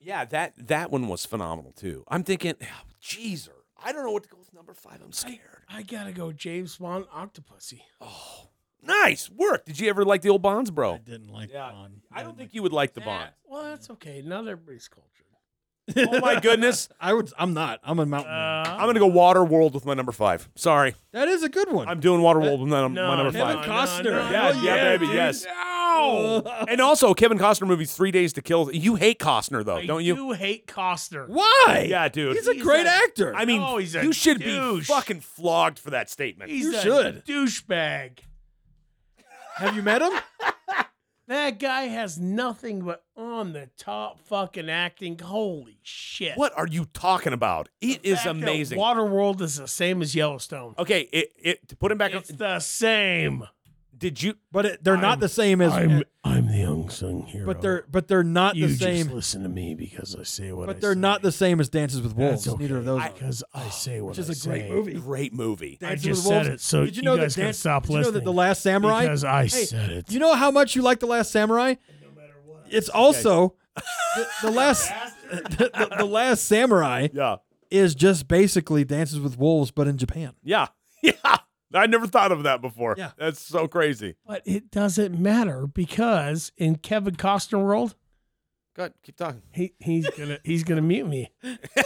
[SPEAKER 1] Yeah, that that one was phenomenal too. I'm thinking, oh, geezer, I don't know what to go with number five. I'm scared.
[SPEAKER 3] I gotta go. James Bond, Octopussy.
[SPEAKER 1] Oh, nice work. Did you ever like the old Bonds,
[SPEAKER 2] I
[SPEAKER 1] bro?
[SPEAKER 2] didn't like
[SPEAKER 1] Yeah,
[SPEAKER 2] Bond.
[SPEAKER 1] I don't
[SPEAKER 2] didn't
[SPEAKER 1] think
[SPEAKER 2] like-
[SPEAKER 1] you would like the Bond.
[SPEAKER 3] Well, that's okay. Not everybody's cultured.
[SPEAKER 1] Oh my goodness, Uh,
[SPEAKER 2] [laughs] I would. I'm not. I'm a
[SPEAKER 3] Uh,
[SPEAKER 2] mountain. man.
[SPEAKER 4] Hmm. I'm gonna go Water World with my number five.
[SPEAKER 1] sorry,
[SPEAKER 2] that is a good one.
[SPEAKER 4] I'm doing Water World with my, num-
[SPEAKER 3] no,
[SPEAKER 4] my number
[SPEAKER 3] no,
[SPEAKER 4] five.
[SPEAKER 2] Kevin
[SPEAKER 3] no,
[SPEAKER 2] Costner.
[SPEAKER 3] no,
[SPEAKER 4] yeah,
[SPEAKER 3] no,
[SPEAKER 4] yeah,
[SPEAKER 3] yeah,
[SPEAKER 4] baby,
[SPEAKER 3] dude.
[SPEAKER 4] yes.
[SPEAKER 2] Uh,
[SPEAKER 1] And also, Kevin Costner movie's Three Days to Kill. You hate Costner
[SPEAKER 2] Uh,
[SPEAKER 1] though,
[SPEAKER 3] I
[SPEAKER 1] don't
[SPEAKER 3] do
[SPEAKER 1] you?
[SPEAKER 3] hate Costner.
[SPEAKER 2] why?
[SPEAKER 4] Yeah, dude.
[SPEAKER 2] he's a great
[SPEAKER 3] a-
[SPEAKER 2] actor.
[SPEAKER 4] I mean,
[SPEAKER 3] No, he's a
[SPEAKER 4] you should be
[SPEAKER 3] douche.
[SPEAKER 4] fucking flogged for that statement.
[SPEAKER 3] He's
[SPEAKER 2] You
[SPEAKER 3] a
[SPEAKER 2] should.
[SPEAKER 3] douchebag.
[SPEAKER 2] Have you met him?
[SPEAKER 3] That guy has nothing but on the top fucking acting. Holy shit!
[SPEAKER 4] what are you talking about?
[SPEAKER 1] It
[SPEAKER 3] The
[SPEAKER 1] is
[SPEAKER 3] fact that
[SPEAKER 1] amazing.
[SPEAKER 3] Waterworld is the same as Yellowstone.
[SPEAKER 2] Oh,
[SPEAKER 1] Okay, it, it to put him back.
[SPEAKER 3] It's the same.
[SPEAKER 1] Did you?
[SPEAKER 2] But it, they're not
[SPEAKER 3] I'm-
[SPEAKER 2] the same as.
[SPEAKER 3] I'm the unsung hero.
[SPEAKER 2] but they're but they're not
[SPEAKER 3] you
[SPEAKER 2] the
[SPEAKER 3] just
[SPEAKER 2] same.
[SPEAKER 3] listen to me because I say what.
[SPEAKER 2] But
[SPEAKER 3] I
[SPEAKER 2] they're
[SPEAKER 3] say.
[SPEAKER 2] not the same as Dances with
[SPEAKER 3] That's
[SPEAKER 2] Wolves. Neither
[SPEAKER 3] okay,
[SPEAKER 2] of those. are.
[SPEAKER 3] Because I say what
[SPEAKER 2] Which is
[SPEAKER 3] I
[SPEAKER 2] a great
[SPEAKER 3] say.
[SPEAKER 2] movie.
[SPEAKER 1] Great movie.
[SPEAKER 3] I
[SPEAKER 2] Dances
[SPEAKER 3] just
[SPEAKER 2] with
[SPEAKER 3] said
[SPEAKER 2] Wolves.
[SPEAKER 3] it, so
[SPEAKER 2] Did you know
[SPEAKER 3] guys
[SPEAKER 2] that
[SPEAKER 3] can
[SPEAKER 2] Dan-
[SPEAKER 3] stop
[SPEAKER 2] did you know
[SPEAKER 3] listening.
[SPEAKER 2] that the Last Samurai?
[SPEAKER 3] Because I
[SPEAKER 2] Hey,
[SPEAKER 3] said it.
[SPEAKER 2] You know how much you like The Last Samurai? It's also
[SPEAKER 3] [laughs]
[SPEAKER 2] the, the last the, the- the last samurai
[SPEAKER 4] Yeah,
[SPEAKER 2] is just basically dances with wolves but in Japan.
[SPEAKER 4] yeah, [laughs] yeah. I never thought of that before.
[SPEAKER 2] Yeah.
[SPEAKER 4] That's so crazy.
[SPEAKER 3] But it doesn't matter because in Kevin Costner world,
[SPEAKER 1] God, keep talking.
[SPEAKER 3] he, he's gonna he's gonna mute me
[SPEAKER 4] yeah,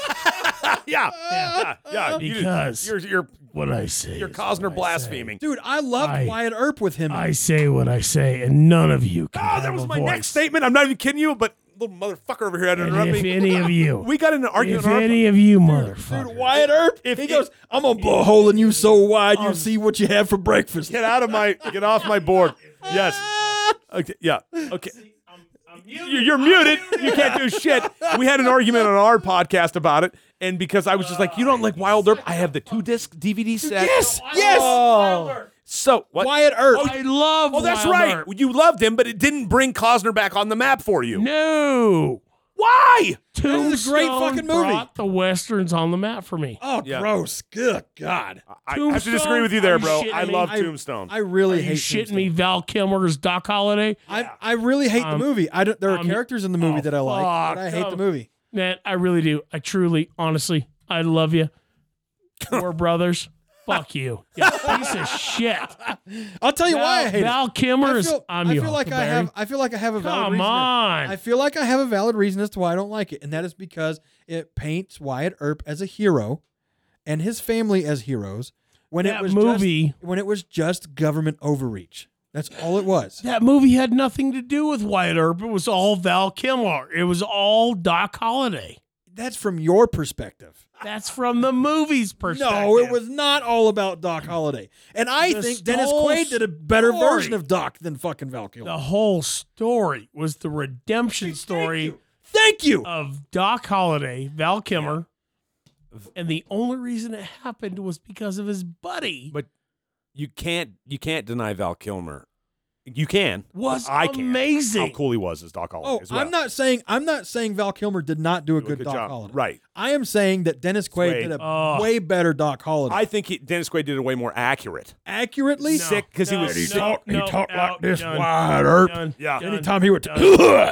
[SPEAKER 4] yeah, yeah. You-
[SPEAKER 3] because
[SPEAKER 4] you're you're
[SPEAKER 3] what I say.
[SPEAKER 4] you're
[SPEAKER 3] is
[SPEAKER 4] Cosner
[SPEAKER 3] what I
[SPEAKER 4] blaspheming.
[SPEAKER 2] Dude, I loved
[SPEAKER 3] I-
[SPEAKER 2] Wyatt Earp with him.
[SPEAKER 3] say. I say what I say, and none of you can.
[SPEAKER 2] Ah,
[SPEAKER 4] Oh,
[SPEAKER 3] have
[SPEAKER 4] that was
[SPEAKER 3] a
[SPEAKER 4] my
[SPEAKER 3] voice.
[SPEAKER 4] next statement. I'm not even kidding you, but little motherfucker over here had to
[SPEAKER 3] And
[SPEAKER 4] interrupt
[SPEAKER 3] if
[SPEAKER 4] me.
[SPEAKER 2] [laughs]
[SPEAKER 3] any of you,
[SPEAKER 4] We got in an argument.
[SPEAKER 3] if
[SPEAKER 4] on our-
[SPEAKER 3] any of you
[SPEAKER 2] Dude,
[SPEAKER 3] motherfuckers,
[SPEAKER 2] Wyatt Earp.
[SPEAKER 4] If-
[SPEAKER 2] he goes, I'm gonna blow a hole in you so wide
[SPEAKER 3] Um,
[SPEAKER 2] you see what you have for breakfast.
[SPEAKER 4] Get out of my. Get off my board. Yes. Okay. Yeah. Okay. You're, you're muted. You can't do shit. We had an argument on our podcast about it, and because I was just like, "You don't like Wild Earp? I have the two disc DVD set."
[SPEAKER 2] Yes, yes.
[SPEAKER 4] So what?
[SPEAKER 2] Wyatt Earp.
[SPEAKER 3] I love.
[SPEAKER 4] Oh, that's
[SPEAKER 3] Wild
[SPEAKER 4] right.
[SPEAKER 3] Earp.
[SPEAKER 4] You loved him, but it didn't bring Cosner back on the map for you.
[SPEAKER 3] No,
[SPEAKER 4] Why?
[SPEAKER 3] Tombstone
[SPEAKER 2] is a great fucking movie.
[SPEAKER 3] Brought the westerns on the map for me.
[SPEAKER 2] oh,
[SPEAKER 4] Yeah.
[SPEAKER 2] gross. Good God.
[SPEAKER 4] I I have to
[SPEAKER 3] Tombstone?
[SPEAKER 4] disagree with you there,
[SPEAKER 3] Are you
[SPEAKER 4] bro.
[SPEAKER 3] shitting
[SPEAKER 4] I
[SPEAKER 3] me?
[SPEAKER 4] love
[SPEAKER 2] I-
[SPEAKER 4] Tombstone.
[SPEAKER 2] I really
[SPEAKER 3] Um, Are you
[SPEAKER 2] hate
[SPEAKER 3] shitting
[SPEAKER 2] Tombstone.
[SPEAKER 3] me? Val Kilmer's Doc Holliday.
[SPEAKER 2] I, I really hate
[SPEAKER 3] Um,
[SPEAKER 2] the movie. I don't, there are
[SPEAKER 3] um,
[SPEAKER 2] characters in the movie
[SPEAKER 3] oh,
[SPEAKER 2] that I like, but
[SPEAKER 3] fuck.
[SPEAKER 2] I hate the
[SPEAKER 3] Um,
[SPEAKER 2] movie.
[SPEAKER 3] Man, I really do. I truly, honestly, I
[SPEAKER 2] [laughs]
[SPEAKER 3] love you. We're brothers. Fuck you. You piece of shit.
[SPEAKER 2] I'll tell you
[SPEAKER 3] Val,
[SPEAKER 2] why I hate
[SPEAKER 3] Val Kilmer
[SPEAKER 2] it.
[SPEAKER 3] is. I'm
[SPEAKER 2] I
[SPEAKER 3] your
[SPEAKER 2] feel like I
[SPEAKER 3] Huckleberry.
[SPEAKER 2] have I feel like I have a valid
[SPEAKER 3] Come
[SPEAKER 2] reason to-
[SPEAKER 3] on.
[SPEAKER 2] I feel like I have a valid reason as to why I don't like it, and that is because it paints Wyatt Earp as a hero and his family as heroes when
[SPEAKER 3] That
[SPEAKER 2] it was
[SPEAKER 3] movie-
[SPEAKER 2] just, when it was just government overreach. That's all it was.
[SPEAKER 3] that movie had nothing to do with Wyatt Earp. It was all Val Kilmer. It was all Doc Holliday.
[SPEAKER 2] That's from your perspective.
[SPEAKER 3] That's from the movie's perspective.
[SPEAKER 2] No, it was not all about Doc Holliday. And I
[SPEAKER 3] The
[SPEAKER 2] think Dennis
[SPEAKER 3] whole
[SPEAKER 2] Quaid did a better
[SPEAKER 3] story-
[SPEAKER 2] version of Doc than fucking Val Kilmer.
[SPEAKER 3] The whole story was the redemption story Uh,
[SPEAKER 2] Thank you.
[SPEAKER 3] of Doc Holliday, Val Kilmer. And the only reason it happened was because of his buddy.
[SPEAKER 1] But you can't you can't deny Val Kilmer. You can.
[SPEAKER 3] was
[SPEAKER 4] I can't.
[SPEAKER 3] amazing.
[SPEAKER 4] How cool he was as Doc Holliday
[SPEAKER 2] Oh,
[SPEAKER 4] as well.
[SPEAKER 2] I'm not saying I'm not saying Val Kilmer did not do a
[SPEAKER 4] Do
[SPEAKER 2] good, Doc
[SPEAKER 4] job.
[SPEAKER 2] Holliday.
[SPEAKER 4] Right.
[SPEAKER 2] I am saying that Dennis Quaid
[SPEAKER 4] Quaid.
[SPEAKER 2] did a
[SPEAKER 3] Oh.
[SPEAKER 2] way better Doc Holliday.
[SPEAKER 4] I think he, Dennis Quaid did it way more accurate.
[SPEAKER 2] accurately
[SPEAKER 3] No,
[SPEAKER 4] sick 'cause he
[SPEAKER 3] no,
[SPEAKER 4] was
[SPEAKER 3] no,
[SPEAKER 4] sick.
[SPEAKER 3] no, out, done,
[SPEAKER 2] Wyatt Earp.
[SPEAKER 3] done,
[SPEAKER 4] Yeah.
[SPEAKER 3] done.
[SPEAKER 2] Anytime he would, [coughs]
[SPEAKER 4] yeah,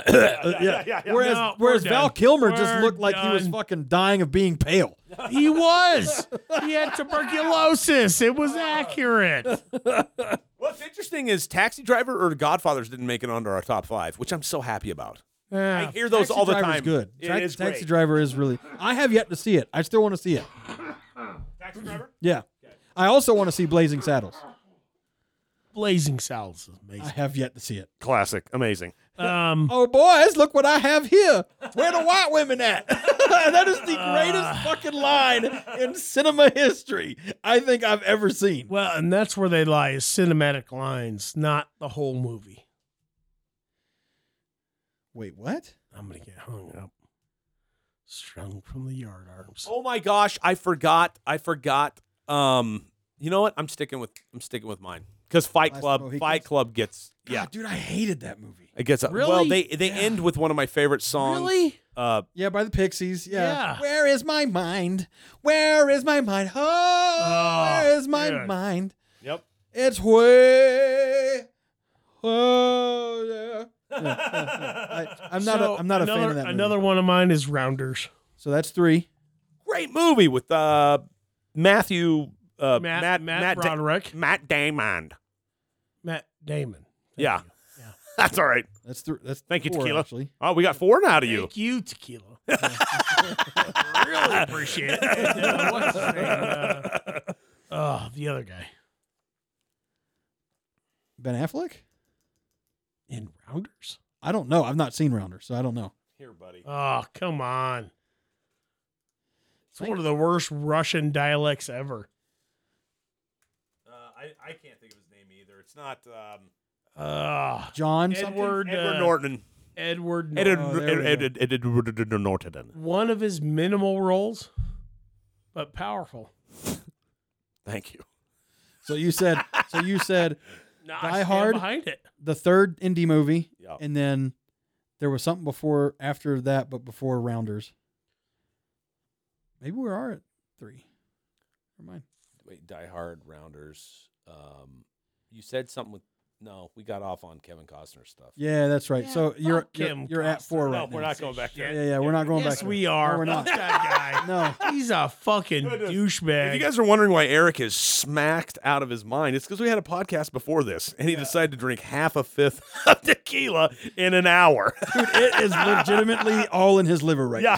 [SPEAKER 4] yeah, yeah, yeah.
[SPEAKER 2] Whereas,
[SPEAKER 3] No, we're
[SPEAKER 2] whereas Val
[SPEAKER 3] done.
[SPEAKER 2] Kilmer just
[SPEAKER 3] We're
[SPEAKER 2] looked like he was
[SPEAKER 3] done.
[SPEAKER 2] fucking dying of being pale.
[SPEAKER 3] He was. He had tuberculosis. It was accurate.
[SPEAKER 4] [laughs]
[SPEAKER 1] What's interesting is Taxi Driver or Godfathers didn't make it onto our top five, which I'm so happy about. I
[SPEAKER 3] Yeah.
[SPEAKER 1] hear those
[SPEAKER 2] Taxi
[SPEAKER 1] all the
[SPEAKER 2] Driver's
[SPEAKER 1] time.
[SPEAKER 2] Good.
[SPEAKER 4] It
[SPEAKER 2] Tax-
[SPEAKER 4] is
[SPEAKER 2] Taxi
[SPEAKER 4] great.
[SPEAKER 2] Driver is really. I have yet to see it. I still want to see it. Taxi Driver. Yeah. I also want to see Blazing Saddles.
[SPEAKER 3] Blazing Saddles is
[SPEAKER 2] I
[SPEAKER 3] amazing.
[SPEAKER 2] have yet to see it.
[SPEAKER 4] Classic. Amazing.
[SPEAKER 3] Um,
[SPEAKER 2] Oh boys, look what I have here. Where the white women at? [laughs] that is the
[SPEAKER 3] Ah.
[SPEAKER 2] greatest fucking line in cinema history I think I've ever seen.
[SPEAKER 3] well, and that's where they lie is cinematic lines, not the whole movie.
[SPEAKER 2] Wait, what?
[SPEAKER 3] I'm gonna get hung up, strung from the yard arms.
[SPEAKER 1] Oh my gosh, I forgot. I forgot. Um, you know what? I'm sticking with I'm sticking with mine. because Fight
[SPEAKER 2] Last
[SPEAKER 1] Club,
[SPEAKER 2] Mohicans?
[SPEAKER 1] Fight Club gets yeah,
[SPEAKER 2] God, dude, I hated that movie.
[SPEAKER 1] it gets
[SPEAKER 3] Really?
[SPEAKER 1] well. They they end with one of my favorite songs.
[SPEAKER 3] Really?
[SPEAKER 1] Uh,
[SPEAKER 2] Yeah, by the Pixies. Yeah.
[SPEAKER 3] Yeah.
[SPEAKER 2] Where is my mind? Where is my mind? Oh,
[SPEAKER 3] Oh,
[SPEAKER 2] where is my
[SPEAKER 3] dude.
[SPEAKER 2] mind?
[SPEAKER 1] yep.
[SPEAKER 2] It's way. Oh, yeah. Yeah, yeah, yeah. I, am not.
[SPEAKER 3] So
[SPEAKER 2] a, I'm not a
[SPEAKER 3] another,
[SPEAKER 2] fan of that. Movie.
[SPEAKER 3] Another one of mine is Rounders.
[SPEAKER 2] So that's three.
[SPEAKER 1] Great movie with uh Matthew uh
[SPEAKER 3] Matt
[SPEAKER 1] Matt
[SPEAKER 3] Matt,
[SPEAKER 1] Matt, Da-
[SPEAKER 3] Broderick,
[SPEAKER 1] Matt Damon. [laughs]
[SPEAKER 3] Matt Damon.
[SPEAKER 1] yeah.
[SPEAKER 3] Yeah.
[SPEAKER 1] That's all right.
[SPEAKER 2] That's three. That's
[SPEAKER 1] Thank you,
[SPEAKER 2] four,
[SPEAKER 1] Tequila.
[SPEAKER 3] [laughs]
[SPEAKER 2] Actually,
[SPEAKER 1] Oh, we got four now to you.
[SPEAKER 3] Thank
[SPEAKER 2] [laughs]
[SPEAKER 3] you, Tequila. [laughs] really appreciate
[SPEAKER 2] [laughs]
[SPEAKER 3] it. Uh, what's his name?
[SPEAKER 1] [laughs]
[SPEAKER 3] Uh, oh, the other guy
[SPEAKER 2] Ben Affleck.
[SPEAKER 3] in Rounders.
[SPEAKER 2] I don't know. I've not seen Rounder, so I don't know.
[SPEAKER 1] Here, buddy.
[SPEAKER 3] Oh, come on. It's one of the worst Russian dialects ever.
[SPEAKER 1] Uh, I I can't think of his name either. It's not um
[SPEAKER 3] Uh,
[SPEAKER 2] John. something?
[SPEAKER 3] Edward
[SPEAKER 1] Edward
[SPEAKER 3] uh,
[SPEAKER 1] Norton.
[SPEAKER 3] Edward Norton.
[SPEAKER 1] Edward
[SPEAKER 2] Oh, there we go.
[SPEAKER 1] Edward- Edward Edward Norton.
[SPEAKER 3] One of his minimal roles, but powerful.
[SPEAKER 1] Thank you.
[SPEAKER 2] So you said. So you said
[SPEAKER 3] No, I
[SPEAKER 2] Die
[SPEAKER 3] stand
[SPEAKER 2] Hard?
[SPEAKER 3] behind it.
[SPEAKER 2] the third indie movie,
[SPEAKER 1] Yeah.
[SPEAKER 2] and then there was something before after that, but before Rounders. Maybe we are at three. Never mind.
[SPEAKER 5] Wait, Die Hard, Rounders. Um, you said something with no. We got off on Kevin Costner stuff.
[SPEAKER 2] Yeah, that's right.
[SPEAKER 3] Yeah,
[SPEAKER 2] so you're
[SPEAKER 3] fuck
[SPEAKER 2] you're,
[SPEAKER 3] him,
[SPEAKER 2] you're at four right
[SPEAKER 3] Costner.
[SPEAKER 1] No,
[SPEAKER 2] now.
[SPEAKER 1] we're [laughs] not going back
[SPEAKER 2] Yeah,
[SPEAKER 1] there.
[SPEAKER 2] yeah, we're not going
[SPEAKER 3] Yes,
[SPEAKER 2] back.
[SPEAKER 3] we
[SPEAKER 2] there.
[SPEAKER 3] are.
[SPEAKER 2] No, we're
[SPEAKER 3] Fuck
[SPEAKER 1] [laughs]
[SPEAKER 2] not.
[SPEAKER 3] that
[SPEAKER 2] [laughs]
[SPEAKER 3] guy.
[SPEAKER 2] No,
[SPEAKER 3] He's a fucking douchebag.
[SPEAKER 1] If you guys are wondering why Eric is smacked out of his mind, it's because we had a podcast before this, and he decided to drink half a fifth [laughs] of tequila in an hour.
[SPEAKER 2] dude, it is legitimately all in his liver right now.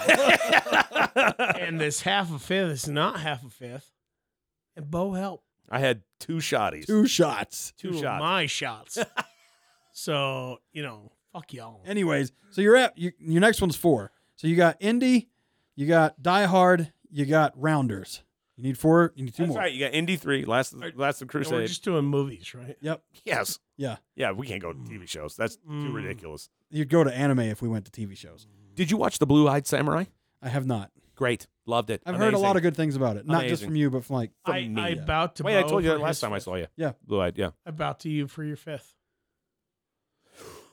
[SPEAKER 3] and this half a fifth is not half a fifth. And Bo helped
[SPEAKER 1] [laughs] I had two shotties.
[SPEAKER 2] Two shots.
[SPEAKER 3] two,
[SPEAKER 1] Two
[SPEAKER 3] of
[SPEAKER 1] shots.
[SPEAKER 2] [laughs]
[SPEAKER 3] my shots. so, you know, fuck y'all.
[SPEAKER 2] Anyways, so you're at you, your next one's four. So you got indie, you got Die Hard, you got Rounders. You need four. You need two
[SPEAKER 1] That's
[SPEAKER 2] more.
[SPEAKER 1] right. You got Indy three, last of the- last of the
[SPEAKER 3] And we're
[SPEAKER 1] Crusade.
[SPEAKER 3] just doing movies, right?
[SPEAKER 2] Yep.
[SPEAKER 1] yes.
[SPEAKER 2] Yeah.
[SPEAKER 1] Yeah, we can't go to TV shows. That's too
[SPEAKER 3] Mm.
[SPEAKER 1] ridiculous.
[SPEAKER 2] You'd go to anime if we went to TV shows.
[SPEAKER 1] Did you watch the Blue Eyed Samurai?
[SPEAKER 2] I have not.
[SPEAKER 1] Great, loved it.
[SPEAKER 2] I've heard a lot of good things about it, not just
[SPEAKER 1] Amazing.
[SPEAKER 2] from you, but from like
[SPEAKER 3] I,
[SPEAKER 1] me.
[SPEAKER 3] I about to
[SPEAKER 1] Wait, I
[SPEAKER 3] Bo
[SPEAKER 1] told you
[SPEAKER 3] for
[SPEAKER 1] that last
[SPEAKER 3] his
[SPEAKER 1] time I
[SPEAKER 3] fifth.
[SPEAKER 1] saw you.
[SPEAKER 2] Yeah.
[SPEAKER 1] Blue Eyed. Yeah.
[SPEAKER 3] I bow to you for your fifth.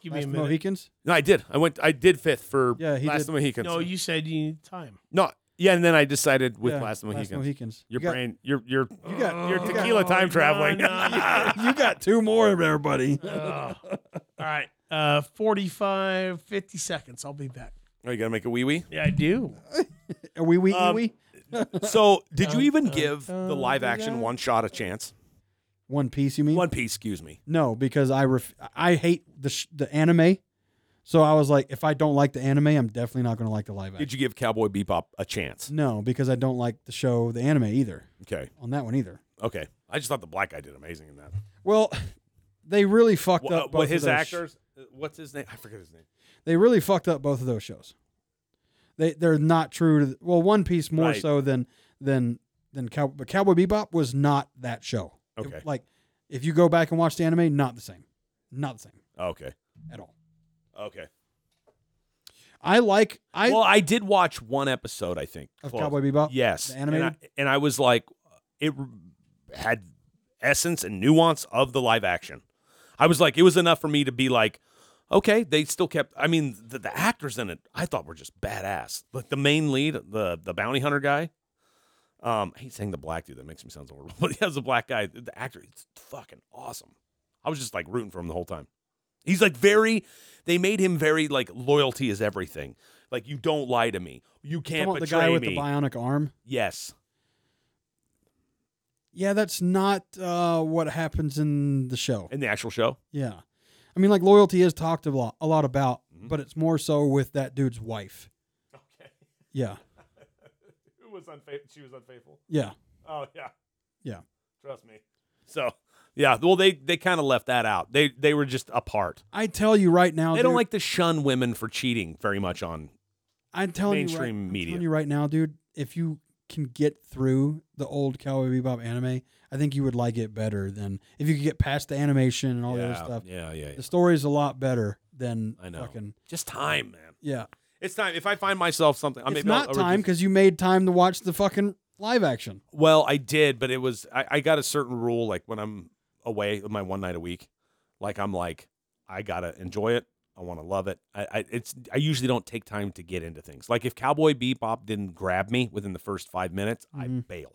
[SPEAKER 3] Give me
[SPEAKER 2] Last
[SPEAKER 3] a minute.
[SPEAKER 2] Mohicans.
[SPEAKER 1] No, I did. I went. I did fifth for
[SPEAKER 2] Yeah, he
[SPEAKER 1] Last
[SPEAKER 2] did.
[SPEAKER 1] of the Mohicans.
[SPEAKER 3] No, you said you need time.
[SPEAKER 1] no. Yeah, and then I decided with
[SPEAKER 2] Yeah,
[SPEAKER 1] Last of the Mohicans.
[SPEAKER 2] You
[SPEAKER 1] Your
[SPEAKER 2] got,
[SPEAKER 1] brain, your your
[SPEAKER 2] You got-
[SPEAKER 1] your
[SPEAKER 2] you got-
[SPEAKER 1] tequila time
[SPEAKER 3] no,
[SPEAKER 1] traveling.
[SPEAKER 3] no,
[SPEAKER 2] [laughs] you got two more,
[SPEAKER 1] [laughs]
[SPEAKER 2] there, buddy.
[SPEAKER 3] Ugh.
[SPEAKER 2] [laughs]
[SPEAKER 3] all right. Uh, 45, 50 seconds. I'll be back.
[SPEAKER 1] Oh, you gotta make a wee
[SPEAKER 2] [laughs]
[SPEAKER 1] wee.
[SPEAKER 3] Yeah, I do.
[SPEAKER 2] Are we wee
[SPEAKER 1] Um,
[SPEAKER 2] wee?
[SPEAKER 1] So, did you even
[SPEAKER 3] dun,
[SPEAKER 1] give the
[SPEAKER 3] dun,
[SPEAKER 1] live
[SPEAKER 3] dun,
[SPEAKER 1] action
[SPEAKER 3] dun.
[SPEAKER 1] one shot a chance?
[SPEAKER 2] One Piece, you mean?
[SPEAKER 1] One piece, excuse me.
[SPEAKER 2] No, because I ref- I hate the sh- the anime. So I was like, if I don't like the anime, I'm definitely not going to like the live action.
[SPEAKER 1] Did you give Cowboy Bebop a chance?
[SPEAKER 2] no, because I don't like the show, the anime either.
[SPEAKER 1] Okay,
[SPEAKER 2] On that one either.
[SPEAKER 1] okay. I just thought the black guy did amazing in that.
[SPEAKER 2] Well, they really fucked
[SPEAKER 1] What,
[SPEAKER 2] up. both
[SPEAKER 1] what
[SPEAKER 2] of
[SPEAKER 1] his
[SPEAKER 2] those sh-
[SPEAKER 1] actors? uh, what's his name? I forget his name.
[SPEAKER 2] they really fucked up both of those shows. They they're not true to the, well One Piece more
[SPEAKER 1] Right.
[SPEAKER 2] so than than than Cow, but Cowboy Bebop was not that show. It-
[SPEAKER 1] Okay.
[SPEAKER 2] like if you go back and watch the anime, not the same, not the same
[SPEAKER 1] Okay,
[SPEAKER 2] at all.
[SPEAKER 1] okay.
[SPEAKER 2] I like I
[SPEAKER 1] well, I did watch one episode. I think
[SPEAKER 2] of
[SPEAKER 1] close.
[SPEAKER 2] Cowboy Bebop.
[SPEAKER 1] Yes,
[SPEAKER 2] the
[SPEAKER 1] and I,
[SPEAKER 2] animated?
[SPEAKER 1] and I was like, it r- had essence and nuance of the live action. I was like, it was enough for me to be like, okay, they still kept. I mean, the, the actors in it, I thought were just badass. Like the main lead, the the bounty hunter guy. Um, I hate saying the black dude. That makes me sound horrible. [laughs] But he has a black guy. The actor, it's fucking awesome. I was just like rooting for him the whole time. He's like very. They made him very like loyalty is everything. Like you don't lie to me. You
[SPEAKER 2] Come
[SPEAKER 1] can't
[SPEAKER 2] on,
[SPEAKER 1] betray
[SPEAKER 2] the guy
[SPEAKER 1] me.
[SPEAKER 2] with the bionic arm.
[SPEAKER 1] yes.
[SPEAKER 2] Yeah, that's not uh, what happens in the show.
[SPEAKER 1] in the actual show.
[SPEAKER 2] Yeah, I mean like loyalty is talked a lot a lot about,
[SPEAKER 1] Mm-hmm.
[SPEAKER 2] but it's more so with that dude's wife.
[SPEAKER 1] Okay. [laughs]
[SPEAKER 2] Yeah,
[SPEAKER 1] Who was unfaithful? She was unfaithful.
[SPEAKER 2] yeah,
[SPEAKER 1] Oh yeah.
[SPEAKER 2] Yeah.
[SPEAKER 1] Trust me. So yeah, well they they kind of left that out. They they were just apart.
[SPEAKER 2] I tell you right now,
[SPEAKER 1] they don't
[SPEAKER 2] dude,
[SPEAKER 1] like to shun women for cheating very much on.
[SPEAKER 2] I'm telling you, right,
[SPEAKER 1] mainstream
[SPEAKER 2] I'm
[SPEAKER 1] media.
[SPEAKER 2] telling you right now, dude. If you can get through the old Cowboy Bebop anime, I think you would like it better than if you could get past the animation and all the
[SPEAKER 1] yeah,
[SPEAKER 2] other Oh, stuff.
[SPEAKER 1] yeah, yeah, yeah.
[SPEAKER 2] The story's a lot better than
[SPEAKER 1] I know.
[SPEAKER 2] fucking
[SPEAKER 1] Just time, man.
[SPEAKER 2] yeah.
[SPEAKER 1] It's time. If I find myself something, I
[SPEAKER 2] it's
[SPEAKER 1] maybe
[SPEAKER 2] not
[SPEAKER 1] I'll,
[SPEAKER 2] time because you made time to watch the fucking live action.
[SPEAKER 1] Well, I did, but it was I, I got a certain rule like when I'm away my one night a week. Like I'm like I gotta enjoy it. I want to love it. I, I it's I usually don't take time to get into things. Like if Cowboy Bebop didn't grab me within the first five minutes, I
[SPEAKER 2] Mhm.
[SPEAKER 1] bail.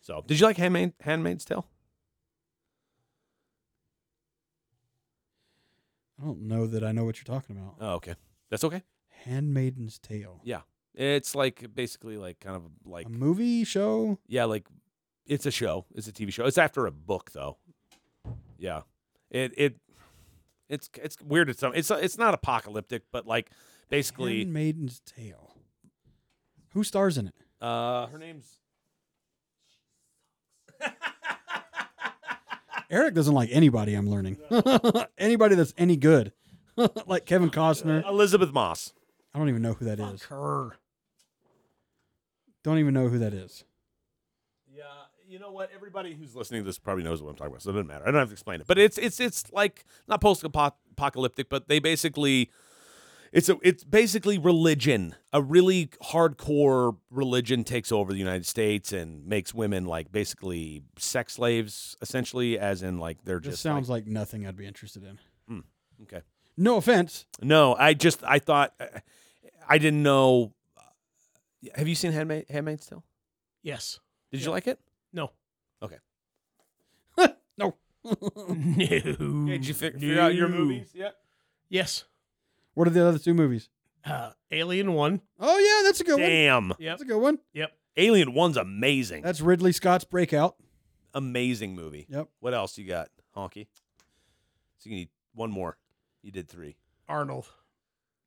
[SPEAKER 1] So did you like Handmaid, Handmaid's Tale?
[SPEAKER 2] I don't know that I know what you're talking about.
[SPEAKER 1] Oh, okay, that's okay.
[SPEAKER 2] Handmaiden's Tale.
[SPEAKER 1] It's like basically like kind of like
[SPEAKER 2] a movie show?
[SPEAKER 1] yeah, like it's a show. It's a TV show. It's after a book though. Yeah. It it it's it's weird at some it's it's not apocalyptic, but like basically
[SPEAKER 2] Handmaiden's Tale. Who stars in it?
[SPEAKER 1] uh her name's
[SPEAKER 2] Eric doesn't like anybody I'm learning. [laughs] anybody that's any good. [laughs] like Kevin Costner.
[SPEAKER 1] Elizabeth Moss.
[SPEAKER 2] I don't even know who that is. Don't even know who that is.
[SPEAKER 1] Yeah, you know what? Everybody who's listening to this probably knows what I'm talking about, so it doesn't matter. I don't have to explain it. But it's it's it's like not post apocalyptic, but they basically it's a it's basically religion. A really hardcore religion takes over the United States and makes women like basically sex slaves, essentially, as in like they're
[SPEAKER 2] This
[SPEAKER 1] just
[SPEAKER 2] sounds like nothing I'd be interested in.
[SPEAKER 1] okay.
[SPEAKER 2] No offense. [laughs]
[SPEAKER 1] No, I just I thought uh, I didn't know. uh, Have you seen Handmaid Handmaid's Tale?
[SPEAKER 3] Yes.
[SPEAKER 1] Did you like it?
[SPEAKER 3] [laughs] No.
[SPEAKER 2] No. [laughs]
[SPEAKER 3] No.
[SPEAKER 1] Did you fi- figure out your movies? Yeah.
[SPEAKER 3] Yes.
[SPEAKER 2] what are the other two movies?
[SPEAKER 3] Uh, Alien One.
[SPEAKER 2] Oh yeah, that's a good one.
[SPEAKER 1] Damn.
[SPEAKER 2] That's a good one.
[SPEAKER 3] Yep.
[SPEAKER 1] Alien One's amazing.
[SPEAKER 2] That's Ridley Scott's breakout.
[SPEAKER 1] amazing movie.
[SPEAKER 2] Yep.
[SPEAKER 1] What else you got, Honky? So you need one more. You did three.
[SPEAKER 3] Arnold.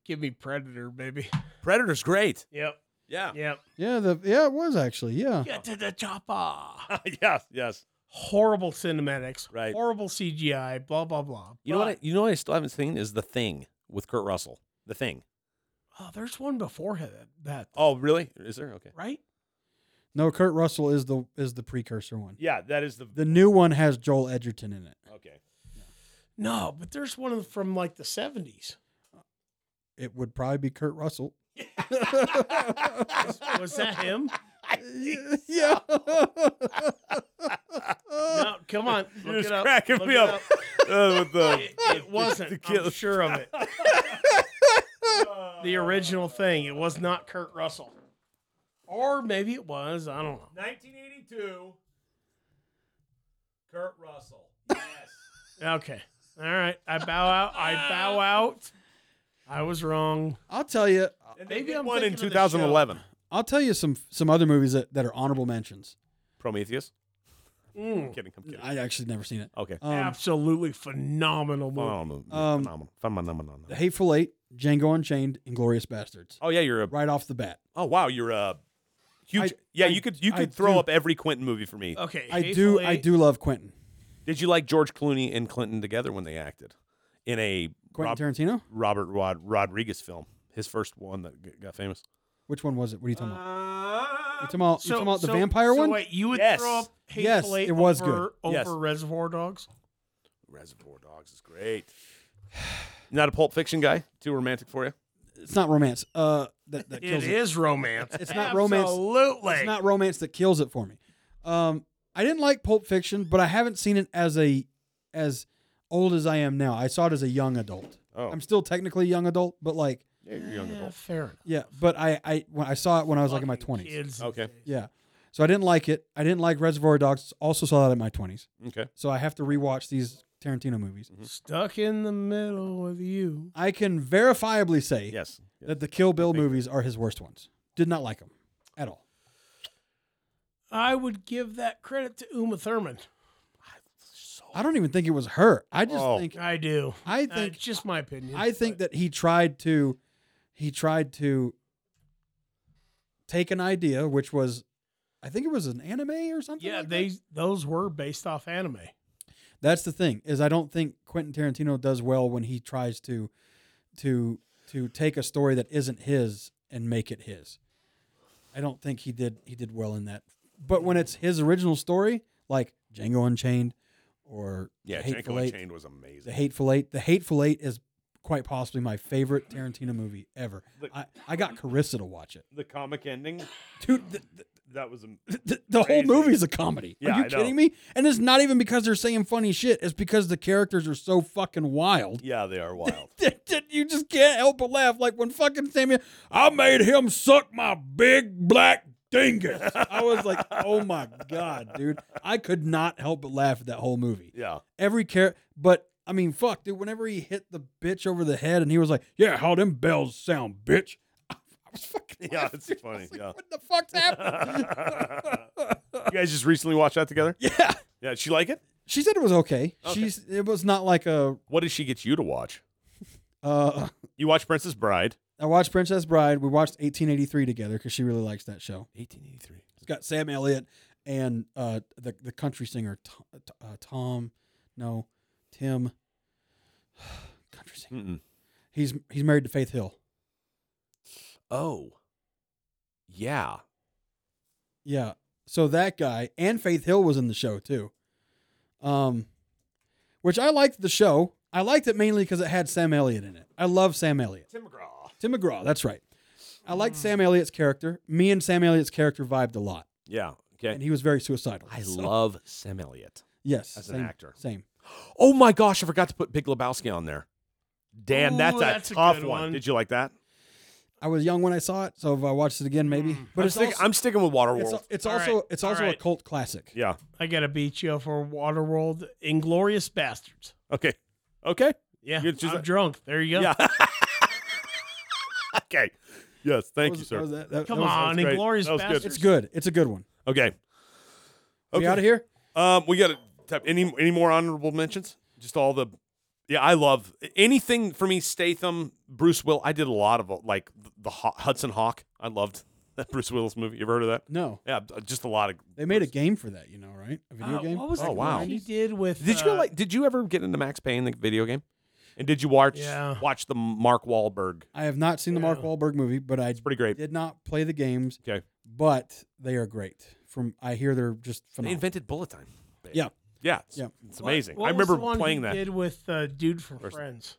[SPEAKER 3] Give me Predator, baby.
[SPEAKER 1] Predator's great.
[SPEAKER 3] Yep.
[SPEAKER 1] Yeah.
[SPEAKER 3] Yep.
[SPEAKER 2] Yeah, the yeah, it was actually. Yeah.
[SPEAKER 3] Get to the chopper.
[SPEAKER 1] [laughs] yes. Yes.
[SPEAKER 3] Horrible cinematics.
[SPEAKER 1] Right.
[SPEAKER 3] Horrible CGI. Blah blah blah.
[SPEAKER 1] You know what? I,
[SPEAKER 3] But-
[SPEAKER 1] you know what I still haven't seen is the Thing with Kurt Russell. The Thing.
[SPEAKER 3] oh, there's one before that. that
[SPEAKER 1] Oh, really? Is there? Okay.
[SPEAKER 3] right?
[SPEAKER 2] No, Kurt Russell is the is the precursor one.
[SPEAKER 1] Yeah, that is
[SPEAKER 2] The new one has Joel Edgerton in it.
[SPEAKER 1] okay.
[SPEAKER 3] No, but there's one from like the 70s.
[SPEAKER 2] It would probably be Kurt Russell.
[SPEAKER 3] Was
[SPEAKER 1] [laughs]
[SPEAKER 3] that him?
[SPEAKER 2] [laughs] yeah.
[SPEAKER 3] No, come on. Look
[SPEAKER 1] You're
[SPEAKER 3] it
[SPEAKER 1] just
[SPEAKER 3] up.
[SPEAKER 1] cracking
[SPEAKER 3] Look
[SPEAKER 1] me
[SPEAKER 3] it
[SPEAKER 1] up. [laughs] Uh, with
[SPEAKER 3] It, it wasn't. I'm sure of it. The original thing. It was not Kurt Russell. Or maybe it was. I don't know.
[SPEAKER 1] 1982. Kurt Russell. Yes.
[SPEAKER 3] Okay. All right. I bow out. I bow out. I was wrong.
[SPEAKER 2] I'll tell you.
[SPEAKER 3] Maybe I'm
[SPEAKER 1] one in
[SPEAKER 3] thinking of the
[SPEAKER 1] 2011.
[SPEAKER 2] I'll tell you some some other movies that, that are honorable mentions.
[SPEAKER 1] Prometheus. I'm
[SPEAKER 3] Mm,
[SPEAKER 1] kidding. I'm kidding.
[SPEAKER 2] I actually never seen it.
[SPEAKER 1] Okay.
[SPEAKER 2] Um,
[SPEAKER 3] absolutely phenomenal movie.
[SPEAKER 1] Phenomenal. movie.
[SPEAKER 2] um,
[SPEAKER 1] phenomenal. Phenomenal.
[SPEAKER 2] The Hateful Eight, Django Unchained, and Glorious Bastards.
[SPEAKER 1] Oh yeah, you're a.
[SPEAKER 2] Right off the bat,
[SPEAKER 1] Oh wow, you're a huge.
[SPEAKER 2] I-
[SPEAKER 1] yeah,
[SPEAKER 2] I-
[SPEAKER 1] you could you
[SPEAKER 2] I
[SPEAKER 1] could throw
[SPEAKER 2] do- Uh,
[SPEAKER 1] up every Clinton movie for me.
[SPEAKER 3] Okay.
[SPEAKER 2] I
[SPEAKER 3] Hateful
[SPEAKER 2] do I
[SPEAKER 3] Eight.
[SPEAKER 2] do love Quentin
[SPEAKER 1] Did you like George Clooney and Clinton together when they acted in a
[SPEAKER 2] Quentin
[SPEAKER 1] Rob-
[SPEAKER 2] Tarantino.
[SPEAKER 1] Robert Rod- Rodriguez film? His first one that g- got famous.
[SPEAKER 2] Which one was it? What are you talking about? You talking about, you talking about the
[SPEAKER 3] Uh, so-
[SPEAKER 2] vampire
[SPEAKER 3] so
[SPEAKER 2] one?
[SPEAKER 3] Wait, you would
[SPEAKER 1] Yes.
[SPEAKER 3] throw up Hateful
[SPEAKER 2] Yes,
[SPEAKER 3] Eight
[SPEAKER 2] it was
[SPEAKER 3] over, over
[SPEAKER 1] Yes.
[SPEAKER 3] Reservoir Dogs?
[SPEAKER 1] Reservoir Dogs is great. [sighs] Not a Pulp Fiction guy. Too romantic for you.
[SPEAKER 2] It's not romance. Uh, that, that
[SPEAKER 3] [laughs] It is
[SPEAKER 2] kills it.
[SPEAKER 3] romance.
[SPEAKER 2] It's not romance.
[SPEAKER 3] Absolutely.
[SPEAKER 2] It's not romance that kills it for me. Um, I didn't like Pulp Fiction, but I haven't seen it as a as old as I am now. I saw it as a young adult.
[SPEAKER 1] Oh,
[SPEAKER 2] I'm still technically a young adult, but like
[SPEAKER 1] yeah, you're a young
[SPEAKER 3] Yeah,
[SPEAKER 1] adult.
[SPEAKER 3] fair enough.
[SPEAKER 2] yeah. But I I when I saw it when I was like in my
[SPEAKER 3] Fucking
[SPEAKER 2] twenties.
[SPEAKER 3] kids.
[SPEAKER 1] Okay. Mm-hmm.
[SPEAKER 2] Yeah. So I didn't like it. I didn't like Reservoir Dogs. Also saw that in my twenties.
[SPEAKER 1] Okay.
[SPEAKER 2] So I have to rewatch these Tarantino movies.
[SPEAKER 3] Stuck in the middle with you.
[SPEAKER 2] I can verifiably say
[SPEAKER 1] Yes. yes.
[SPEAKER 2] that the Kill Bill movies are his worst ones. Did not like them at all.
[SPEAKER 3] I would give that credit to Uma Thurman. Oh.
[SPEAKER 2] I don't even think it was her. I just
[SPEAKER 1] Oh.
[SPEAKER 2] think
[SPEAKER 3] I do.
[SPEAKER 2] I
[SPEAKER 3] Uh,
[SPEAKER 2] think
[SPEAKER 3] it's just my opinion.
[SPEAKER 2] I think that he tried to he tried to take an idea which was I think it was an anime or something.
[SPEAKER 3] Yeah,
[SPEAKER 2] like
[SPEAKER 3] they
[SPEAKER 2] that.
[SPEAKER 3] those were based off anime.
[SPEAKER 2] That's the thing is I don't think Quentin Tarantino does well when he tries to to to take a story that isn't his and make it his. I don't think he did he did well in that. But when it's his original story, like Django Unchained or
[SPEAKER 1] yeah,
[SPEAKER 2] Hateful
[SPEAKER 1] Django
[SPEAKER 2] Eight,
[SPEAKER 1] Unchained was amazing.
[SPEAKER 2] The Hateful Eight, The Hateful Eight is quite possibly my favorite Tarantino movie ever. I, I got Carissa to watch it.
[SPEAKER 4] The comic
[SPEAKER 2] [laughs]
[SPEAKER 4] ending.
[SPEAKER 2] Dude, the,
[SPEAKER 4] That was a.
[SPEAKER 2] the, the whole
[SPEAKER 4] Crazy.
[SPEAKER 2] movie's a comedy.
[SPEAKER 4] Yeah,
[SPEAKER 2] are you
[SPEAKER 4] I know.
[SPEAKER 2] kidding me? And it's not even because they're saying funny shit. It's because the characters are so fucking wild
[SPEAKER 4] Yeah, they are wild.
[SPEAKER 2] [laughs] that, that you just can't help but laugh. Like when fucking Samuel, I made him suck my big black dingus. I was like, oh my god, dude. I could not help but laugh at that whole movie. [laughs]
[SPEAKER 1] [laughs]
[SPEAKER 4] yeah.
[SPEAKER 2] Every character, but I mean, fuck, dude. Whenever he hit the bitch over the head, and he was like, "Yeah, how them bells sound, bitch." [laughs] I was fucking
[SPEAKER 4] Yeah,
[SPEAKER 2] laughing,
[SPEAKER 4] it's
[SPEAKER 2] dude. [laughs] I
[SPEAKER 4] funny,
[SPEAKER 2] was like,
[SPEAKER 4] yeah.
[SPEAKER 2] what the fuck's happening?
[SPEAKER 4] [laughs]
[SPEAKER 2] [laughs]
[SPEAKER 4] you guys just recently watched that together?
[SPEAKER 2] yeah,
[SPEAKER 4] Yeah. Did she like it?
[SPEAKER 2] she said it was okay.
[SPEAKER 4] Okay.
[SPEAKER 2] She's it was not like a.
[SPEAKER 4] What did she get you to watch?
[SPEAKER 2] Uh,
[SPEAKER 4] You watched Princess Bride.
[SPEAKER 2] I watched Princess Bride. We watched 1883 together because she really likes that show.
[SPEAKER 1] 1883.
[SPEAKER 2] It's got Sam Elliott and uh, the the country singer Tom, uh, Tom no, Tim, [sighs] country singer.
[SPEAKER 4] Mm-mm.
[SPEAKER 2] He's he's married to Faith Hill.
[SPEAKER 1] Oh, yeah.
[SPEAKER 2] Yeah. So that guy and Faith Hill was in the show too. Um which I liked the show. I liked it mainly because it had Sam Elliott in it. I love Sam Elliott.
[SPEAKER 4] Tim McGraw.
[SPEAKER 2] Tim McGraw, that's right. I liked Sam Elliott's character. Me and Sam Elliott's character vibed a lot.
[SPEAKER 4] Yeah. Okay.
[SPEAKER 2] And he was very suicidal.
[SPEAKER 1] I
[SPEAKER 2] So-
[SPEAKER 1] love Sam Elliott.
[SPEAKER 2] yes,
[SPEAKER 4] as an
[SPEAKER 2] same-
[SPEAKER 4] actor.
[SPEAKER 2] Same.
[SPEAKER 4] Oh my gosh, I forgot to put Big Lebowski on there. Damn,
[SPEAKER 3] Ooh,
[SPEAKER 4] that's a
[SPEAKER 3] that's a
[SPEAKER 4] tough
[SPEAKER 3] good
[SPEAKER 4] one.
[SPEAKER 3] one.
[SPEAKER 4] Did you like that?
[SPEAKER 2] I was young when I saw it, so if I watched it again, maybe. But
[SPEAKER 4] I'm,
[SPEAKER 2] it's
[SPEAKER 4] sticking,
[SPEAKER 2] also,
[SPEAKER 4] I'm sticking with Waterworld.
[SPEAKER 2] it's, al- it's
[SPEAKER 3] All
[SPEAKER 2] also
[SPEAKER 3] right,
[SPEAKER 2] it's
[SPEAKER 3] all
[SPEAKER 2] also a
[SPEAKER 3] right.
[SPEAKER 2] cult classic.
[SPEAKER 4] yeah.
[SPEAKER 3] I gotta beat you for Waterworld, Inglorious Bastards.
[SPEAKER 4] Okay. Okay. [laughs]
[SPEAKER 3] Yeah,
[SPEAKER 4] You're just-
[SPEAKER 3] I'm drunk. There you go.
[SPEAKER 4] Yeah. okay. Yes. Thank
[SPEAKER 2] That
[SPEAKER 4] you,
[SPEAKER 2] was-
[SPEAKER 4] sir.
[SPEAKER 2] that was- that- that-
[SPEAKER 3] [laughs] Come
[SPEAKER 2] that was-
[SPEAKER 3] on,
[SPEAKER 4] great.
[SPEAKER 3] Inglorious
[SPEAKER 4] That was good.
[SPEAKER 3] Bastards.
[SPEAKER 2] It's good. It's a good one.
[SPEAKER 4] Okay.
[SPEAKER 2] We out of here?
[SPEAKER 4] Um, we got to any any more honorable mentions? Just all the, yeah, I love anything for me. Statham, Bruce Will. I did a lot of like the Haw- Hudson Hawk. I loved [laughs] that Bruce Willis movie. You ever heard of that?
[SPEAKER 2] No.
[SPEAKER 4] Yeah, just a lot of.
[SPEAKER 2] They made a game for that, you know, right? A video
[SPEAKER 3] Uh,
[SPEAKER 2] game.
[SPEAKER 3] What was
[SPEAKER 4] Oh,
[SPEAKER 3] the
[SPEAKER 4] wow.
[SPEAKER 3] one he did with?
[SPEAKER 4] Did you
[SPEAKER 3] uh,
[SPEAKER 4] like? Did you ever get into Max Payne the video game? And did you watch
[SPEAKER 3] Yeah.
[SPEAKER 4] watch the Mark Wahlberg?
[SPEAKER 2] I have not seen the Mark
[SPEAKER 3] Yeah.
[SPEAKER 2] Wahlberg movie, but I
[SPEAKER 4] It's pretty great.
[SPEAKER 2] did not play the games.
[SPEAKER 4] Okay.
[SPEAKER 2] But they are great. From I hear they're just
[SPEAKER 1] They
[SPEAKER 2] phenomenal.
[SPEAKER 1] invented bullet time.
[SPEAKER 2] Yeah.
[SPEAKER 4] Yeah, it's,
[SPEAKER 2] Yeah.
[SPEAKER 4] it's amazing.
[SPEAKER 3] What, what
[SPEAKER 4] I
[SPEAKER 3] was the
[SPEAKER 4] remember
[SPEAKER 3] one
[SPEAKER 4] playing
[SPEAKER 3] he
[SPEAKER 4] that
[SPEAKER 3] Did with uh, dude from
[SPEAKER 4] First-
[SPEAKER 3] Friends.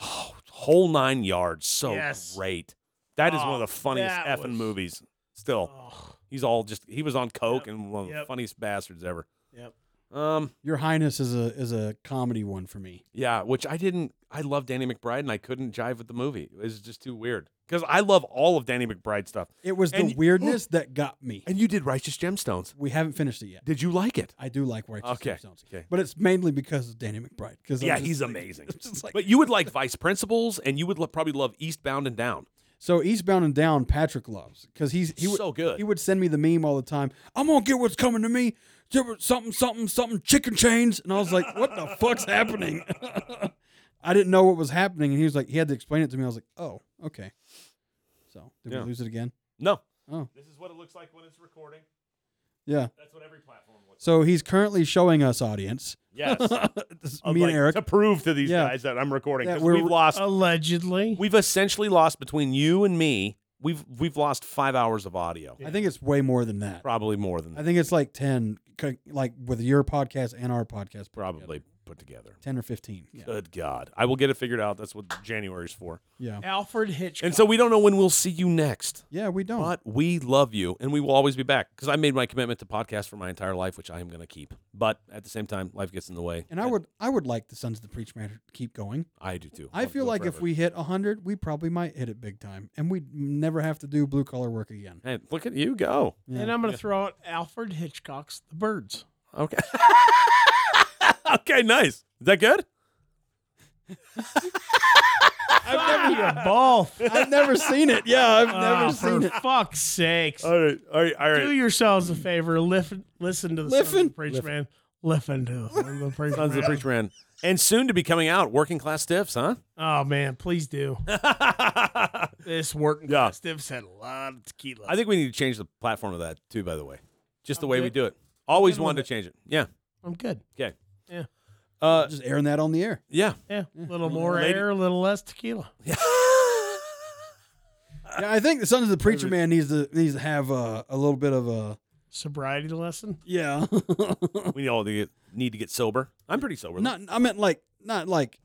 [SPEAKER 1] Oh, Whole nine yards. So
[SPEAKER 3] Yes.
[SPEAKER 1] great.
[SPEAKER 4] That is
[SPEAKER 3] Oh,
[SPEAKER 4] one of the funniest
[SPEAKER 3] that
[SPEAKER 4] effing
[SPEAKER 3] was-
[SPEAKER 4] movies. Still,
[SPEAKER 3] Oh,
[SPEAKER 1] He's all just he was on coke
[SPEAKER 3] Yep.
[SPEAKER 1] and one of the
[SPEAKER 3] Yep.
[SPEAKER 1] funniest bastards ever.
[SPEAKER 3] yep.
[SPEAKER 1] Um,
[SPEAKER 2] Your Highness is a is a comedy one for me.
[SPEAKER 1] yeah, which I didn't. I love Danny McBride, and I couldn't jive with the movie. It was just too weird because I love all of Danny McBride stuff.
[SPEAKER 2] It was the
[SPEAKER 1] And y- oh.
[SPEAKER 2] weirdness that got me.
[SPEAKER 1] And you did Righteous Gemstones.
[SPEAKER 2] We haven't finished it yet.
[SPEAKER 1] Did you
[SPEAKER 4] [laughs]
[SPEAKER 1] like it?
[SPEAKER 2] I do like Righteous
[SPEAKER 1] Okay,
[SPEAKER 2] Gemstones,
[SPEAKER 1] okay.
[SPEAKER 2] but it's mainly because of Danny McBride. Because
[SPEAKER 1] Yeah, he's [laughs] amazing.
[SPEAKER 4] [laughs]
[SPEAKER 2] Just like,
[SPEAKER 1] But you would like Vice Principals, and you would lo- probably love Eastbound and Down.
[SPEAKER 2] so Eastbound and Down, Patrick loves because he's he would
[SPEAKER 1] so good.
[SPEAKER 2] he would send me the meme all the time. I'm gonna get what's coming to me. Something, something, something, chicken chains. And I was like, what the fuck's happening? [laughs] I didn't know what was happening. And he was like, he had to explain it to me. I was like, oh, okay. So did
[SPEAKER 4] Yeah.
[SPEAKER 2] we lose it again?
[SPEAKER 1] no,
[SPEAKER 4] This is what it looks like when it's recording.
[SPEAKER 2] Yeah.
[SPEAKER 4] That's what every platform looks.
[SPEAKER 2] So he's currently showing us audience.
[SPEAKER 4] Yes,
[SPEAKER 2] [laughs] This is
[SPEAKER 4] I'd
[SPEAKER 2] me
[SPEAKER 4] like [laughs]
[SPEAKER 2] and Eric.
[SPEAKER 4] to prove to these
[SPEAKER 2] Yeah.
[SPEAKER 4] guys that I'm recording
[SPEAKER 2] That
[SPEAKER 4] 'cause
[SPEAKER 2] we're- Oh.
[SPEAKER 4] we've lost.
[SPEAKER 3] Allegedly.
[SPEAKER 1] we've essentially lost between you and me. We've we've lost five hours of audio,
[SPEAKER 2] I think it's way more than that.
[SPEAKER 1] probably more than
[SPEAKER 2] I
[SPEAKER 1] that.
[SPEAKER 2] think it's like 10, c- like with your podcast and our podcast, put
[SPEAKER 1] Probably put together.
[SPEAKER 2] together. 10 or 15. Yeah.
[SPEAKER 1] Good God, I will get it figured out. That's what January's for.
[SPEAKER 2] Yeah. Oh.
[SPEAKER 3] Alfred Hitchcock.
[SPEAKER 1] And so we don't know when we'll see you next.
[SPEAKER 2] Yeah, we don't.
[SPEAKER 1] But we love you, and we will always be back because I made my commitment to podcast for my entire life, which I am going to keep. But at the same time, life gets in the way.
[SPEAKER 2] and I would I would like the Sons of the Preach Matter to keep going.
[SPEAKER 1] I do too.
[SPEAKER 2] I
[SPEAKER 1] Love to
[SPEAKER 2] feel
[SPEAKER 1] go
[SPEAKER 2] like if
[SPEAKER 1] forever.
[SPEAKER 2] we hit 100, we probably might hit it big time and we'd never have to do blue collar work again.
[SPEAKER 1] Hey, look at you go.
[SPEAKER 2] Yeah.
[SPEAKER 3] And I'm going to throw out Alfred Hitchcock's The Birds.
[SPEAKER 1] Okay. [laughs]
[SPEAKER 4] okay, nice. Is that good?
[SPEAKER 3] I've never a ball.
[SPEAKER 2] [laughs] I've never seen it. Yeah, I've never
[SPEAKER 3] Ah,
[SPEAKER 2] seen
[SPEAKER 3] for
[SPEAKER 2] it.
[SPEAKER 3] fuck's sakes.
[SPEAKER 4] All right, all right, all
[SPEAKER 3] Do
[SPEAKER 4] right.
[SPEAKER 3] yourselves a favor. Listen, listen to the Sons of
[SPEAKER 2] Liffen?
[SPEAKER 3] the Preach Man. Listen to the Sons
[SPEAKER 4] [laughs]
[SPEAKER 3] of the Preach
[SPEAKER 1] Sons of the
[SPEAKER 3] Man.
[SPEAKER 1] Preacher Man. And soon to be coming out, Working Class Stiffs, huh?
[SPEAKER 3] Oh, man.
[SPEAKER 4] [laughs]
[SPEAKER 3] Please do. this working
[SPEAKER 4] Yeah.
[SPEAKER 3] class divs had a lot of tequila.
[SPEAKER 1] I think we need to change the platform of that too, by the way. Just the
[SPEAKER 3] I'm
[SPEAKER 1] way we
[SPEAKER 3] good.
[SPEAKER 1] do it. Always
[SPEAKER 3] good with
[SPEAKER 1] wanted to change it. Yeah.
[SPEAKER 3] I'm good.
[SPEAKER 1] Okay.
[SPEAKER 3] Yeah.
[SPEAKER 1] Uh,
[SPEAKER 2] Just airing that on the air.
[SPEAKER 1] [laughs] yeah.
[SPEAKER 3] Yeah. A little more air, a little less tequila.
[SPEAKER 2] Yeah, I think the Sons of the Preacher Man needs to needs to have uh, a little bit of a
[SPEAKER 3] Sobriety lesson.
[SPEAKER 2] [laughs] yeah.
[SPEAKER 1] [laughs] we all need to get- need to get sober. I'm pretty sober. though.
[SPEAKER 2] not I meant like not like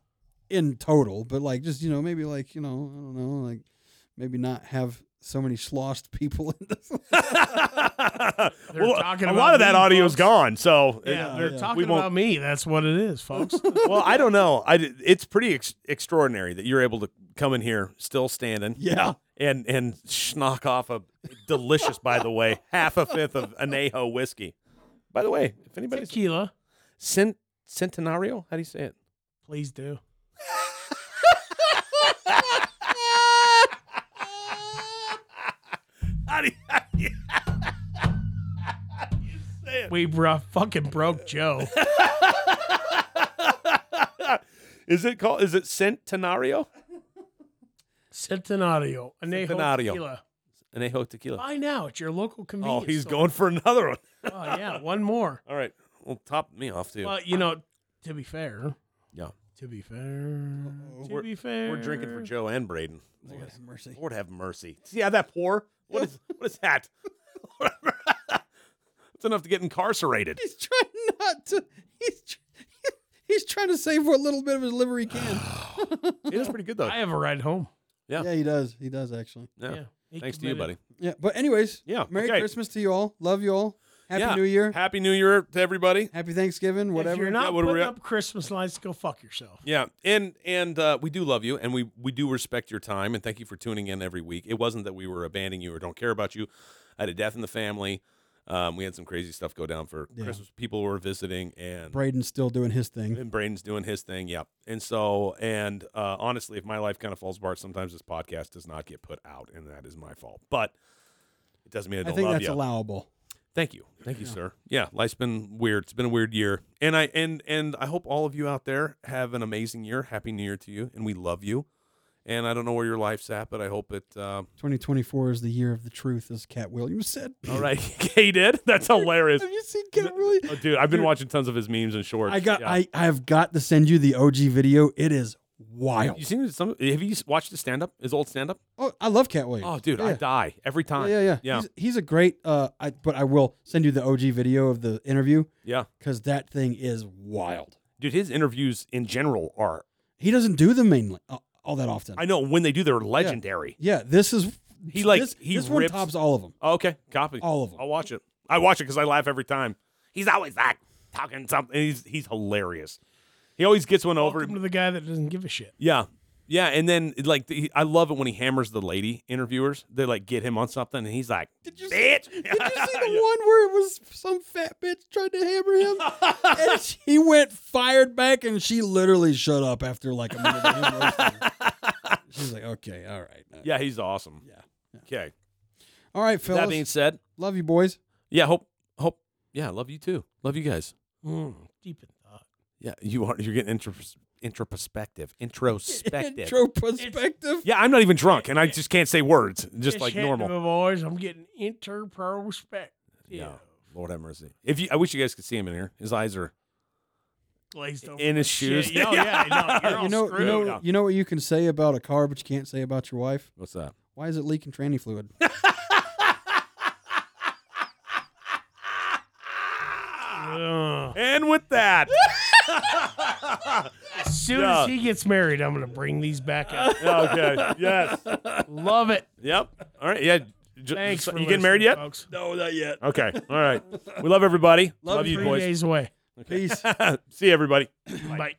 [SPEAKER 2] in total, but like just you know maybe like you know I don't know like maybe not have so many sloshed people [laughs] in this.
[SPEAKER 1] well,
[SPEAKER 3] talking
[SPEAKER 1] a
[SPEAKER 3] about
[SPEAKER 1] lot of that
[SPEAKER 3] me,
[SPEAKER 1] audio has
[SPEAKER 3] folks.
[SPEAKER 1] gone, so
[SPEAKER 3] Yeah,
[SPEAKER 1] it-
[SPEAKER 3] they're
[SPEAKER 2] yeah.
[SPEAKER 1] we
[SPEAKER 3] talking
[SPEAKER 1] won't-
[SPEAKER 3] about me. That's what it is, [laughs] folks.
[SPEAKER 1] well, I don't know. I d- it's pretty ex- extraordinary that you're able to come in here still standing.
[SPEAKER 2] Yeah.
[SPEAKER 1] and and schnock off a delicious, by the [laughs] way, half a fifth of añejo whiskey. By the way, if anybody's
[SPEAKER 3] Tequila,
[SPEAKER 1] cent- centenario, how do you say [laughs] it?
[SPEAKER 3] please do.
[SPEAKER 1] How do you, how do you- how do you say it?
[SPEAKER 3] We bro- fucking broke Joe.
[SPEAKER 1] Is it called? Is it centenario?
[SPEAKER 3] [laughs] Centenario, Anejo
[SPEAKER 1] Centenario.
[SPEAKER 3] Tequila.
[SPEAKER 1] Añejo tequila.
[SPEAKER 3] Buy now at your local
[SPEAKER 1] Oh,
[SPEAKER 3] convenience.
[SPEAKER 1] he's
[SPEAKER 3] store.
[SPEAKER 1] going for another one.
[SPEAKER 3] Oh yeah, one more.
[SPEAKER 1] All right, well, top me off too.
[SPEAKER 3] Well, you know, to be fair.
[SPEAKER 1] Yeah.
[SPEAKER 3] To be fair. To
[SPEAKER 1] We're-
[SPEAKER 3] be fair.
[SPEAKER 1] We're drinking for Joe and Braden. I
[SPEAKER 2] Lord
[SPEAKER 1] guess.
[SPEAKER 2] have mercy.
[SPEAKER 1] Lord have mercy. See how that poor? What is what is that? [laughs] it's enough to get incarcerated.
[SPEAKER 2] He's trying not to. He's tr- [laughs] he's trying to save what little bit of his liver
[SPEAKER 1] [sighs]
[SPEAKER 2] he can.
[SPEAKER 1] It is pretty good though.
[SPEAKER 3] I have a ride home.
[SPEAKER 1] Yeah.
[SPEAKER 2] yeah, he does. He does actually.
[SPEAKER 1] Yeah.
[SPEAKER 3] He
[SPEAKER 1] Thanks to you, buddy.
[SPEAKER 3] committed.
[SPEAKER 2] Yeah, but anyways,
[SPEAKER 1] Yeah.
[SPEAKER 2] Merry
[SPEAKER 1] okay.
[SPEAKER 2] Christmas to you all. Love you all. Happy
[SPEAKER 1] Yeah.
[SPEAKER 2] New Year.
[SPEAKER 1] Happy New Year to everybody.
[SPEAKER 2] Happy Thanksgiving.
[SPEAKER 3] If
[SPEAKER 2] Whatever.
[SPEAKER 3] you're
[SPEAKER 1] Yeah,
[SPEAKER 3] not
[SPEAKER 1] what are we
[SPEAKER 3] putting
[SPEAKER 1] at?
[SPEAKER 3] up Christmas lights, go fuck yourself.
[SPEAKER 1] Yeah, and and uh, we do love you, and we we do respect your time, and thank you for tuning in every week. It wasn't that we were abandoning you or don't care about you. I had a death in the family. Um, we had some crazy stuff go down for
[SPEAKER 2] Yeah.
[SPEAKER 1] Christmas. People were visiting, and
[SPEAKER 2] Braden's still doing his thing.
[SPEAKER 1] And Braden's doing his thing. Yep. And so, and uh, honestly, if my life kind of falls apart, sometimes this podcast does not get put out, and that is my fault. But it doesn't mean I
[SPEAKER 2] I
[SPEAKER 1] don't
[SPEAKER 2] think
[SPEAKER 1] love
[SPEAKER 2] that's
[SPEAKER 1] you.
[SPEAKER 2] allowable.
[SPEAKER 1] Thank you. Thank you, sir. Yeah, life's been weird. It's been a weird year. And I and and I hope all of you out there have an amazing year. Happy New Year to you, and we love you. And I don't know where your life's at, but I hope it. Uh,
[SPEAKER 2] 2024 is the year of the truth, as Cat Williams said.
[SPEAKER 1] all right, [laughs] Kay did. That's hilarious,
[SPEAKER 2] Have you seen Cat Williams?
[SPEAKER 1] oh, dude. I've been watching tons of his memes and shorts.
[SPEAKER 2] I got.
[SPEAKER 1] Yeah.
[SPEAKER 2] I I have got to send you the OG video. It is wild.
[SPEAKER 1] You seen some? Have you watched his stand up? His old stand up?
[SPEAKER 2] Oh, I love Cat Williams.
[SPEAKER 1] Oh, dude, I
[SPEAKER 2] Yeah.
[SPEAKER 1] die every time.
[SPEAKER 2] Yeah, yeah, yeah.
[SPEAKER 1] Yeah.
[SPEAKER 2] He's, he's a great. Uh, I but I will send you the OG video of the interview
[SPEAKER 1] Yeah.
[SPEAKER 2] because that thing is wild.
[SPEAKER 1] Dude, his interviews in general are
[SPEAKER 2] He doesn't do them mainly uh, all that often.
[SPEAKER 1] I know when they do they're legendary.
[SPEAKER 2] yeah, this is
[SPEAKER 1] He, like,
[SPEAKER 2] this,
[SPEAKER 1] he
[SPEAKER 2] this one
[SPEAKER 1] rips-
[SPEAKER 2] tops all of them.
[SPEAKER 1] Oh, okay, copy.
[SPEAKER 2] All of 'em.
[SPEAKER 1] I'll watch it. I watch it cuz I laugh every time. He's always like talking something. He's he's hilarious. He always gets one over.
[SPEAKER 3] Welcome to the guy that doesn't give a shit.
[SPEAKER 1] Yeah. Yeah, and then like the, I love it when he hammers the lady interviewers. They like get him on something and he's like,
[SPEAKER 2] Did you see-
[SPEAKER 1] "Bitch."
[SPEAKER 2] Did
[SPEAKER 1] [laughs]
[SPEAKER 2] you see the one where it was some fat bitch tried to hammer him?
[SPEAKER 1] [laughs]
[SPEAKER 2] and she- he went fired back and she literally shut up after like a minute. of him roasting her. She's like, okay, all right. all right."
[SPEAKER 1] yeah, he's awesome.
[SPEAKER 2] Yeah,
[SPEAKER 1] Okay.
[SPEAKER 2] All right, fellas.
[SPEAKER 1] That being said,
[SPEAKER 2] love you, boys. [laughs]
[SPEAKER 1] yeah, hope hope yeah, love you too. Love you guys.
[SPEAKER 3] Mm, deep in thought.
[SPEAKER 1] Yeah, you are you're getting intros introspective.
[SPEAKER 2] [laughs]
[SPEAKER 1] Introspective.
[SPEAKER 2] Introspective.
[SPEAKER 1] Yeah, I'm not even drunk, and I just can't say words, just
[SPEAKER 3] It's
[SPEAKER 1] like
[SPEAKER 3] hitting
[SPEAKER 1] normal.
[SPEAKER 3] the voice. I'm getting interperspective.
[SPEAKER 1] Yeah. Lord have mercy. If you, I wish you guys could see him in here. His eyes are.
[SPEAKER 3] Glazed over.
[SPEAKER 1] In his
[SPEAKER 3] with
[SPEAKER 1] shoes.
[SPEAKER 3] shit. Yeah, oh, yeah,
[SPEAKER 1] [laughs]
[SPEAKER 3] I
[SPEAKER 2] You know, you
[SPEAKER 3] know. You're all screwed.
[SPEAKER 2] know, you know what you can say about a car, but you can't say about your wife.
[SPEAKER 1] What's that?
[SPEAKER 2] Why is it leaking tranny fluid?
[SPEAKER 3] Ugh.
[SPEAKER 1] And with that,
[SPEAKER 3] As soon
[SPEAKER 1] Yeah.
[SPEAKER 3] as he gets married, I'm going to bring these back
[SPEAKER 1] [laughs]
[SPEAKER 3] up.
[SPEAKER 1] [laughs] okay, yes,
[SPEAKER 3] Love it.
[SPEAKER 1] yep. All right, yeah. J-
[SPEAKER 3] Thanks.
[SPEAKER 1] so-
[SPEAKER 3] for
[SPEAKER 1] you getting married yet?
[SPEAKER 3] Folks.
[SPEAKER 2] No, not yet.
[SPEAKER 1] Okay, all right. We love everybody. love you
[SPEAKER 3] Three
[SPEAKER 1] boys.
[SPEAKER 2] [laughs]
[SPEAKER 3] days away.
[SPEAKER 2] Peace.
[SPEAKER 1] [laughs] see you, everybody.
[SPEAKER 3] Bye.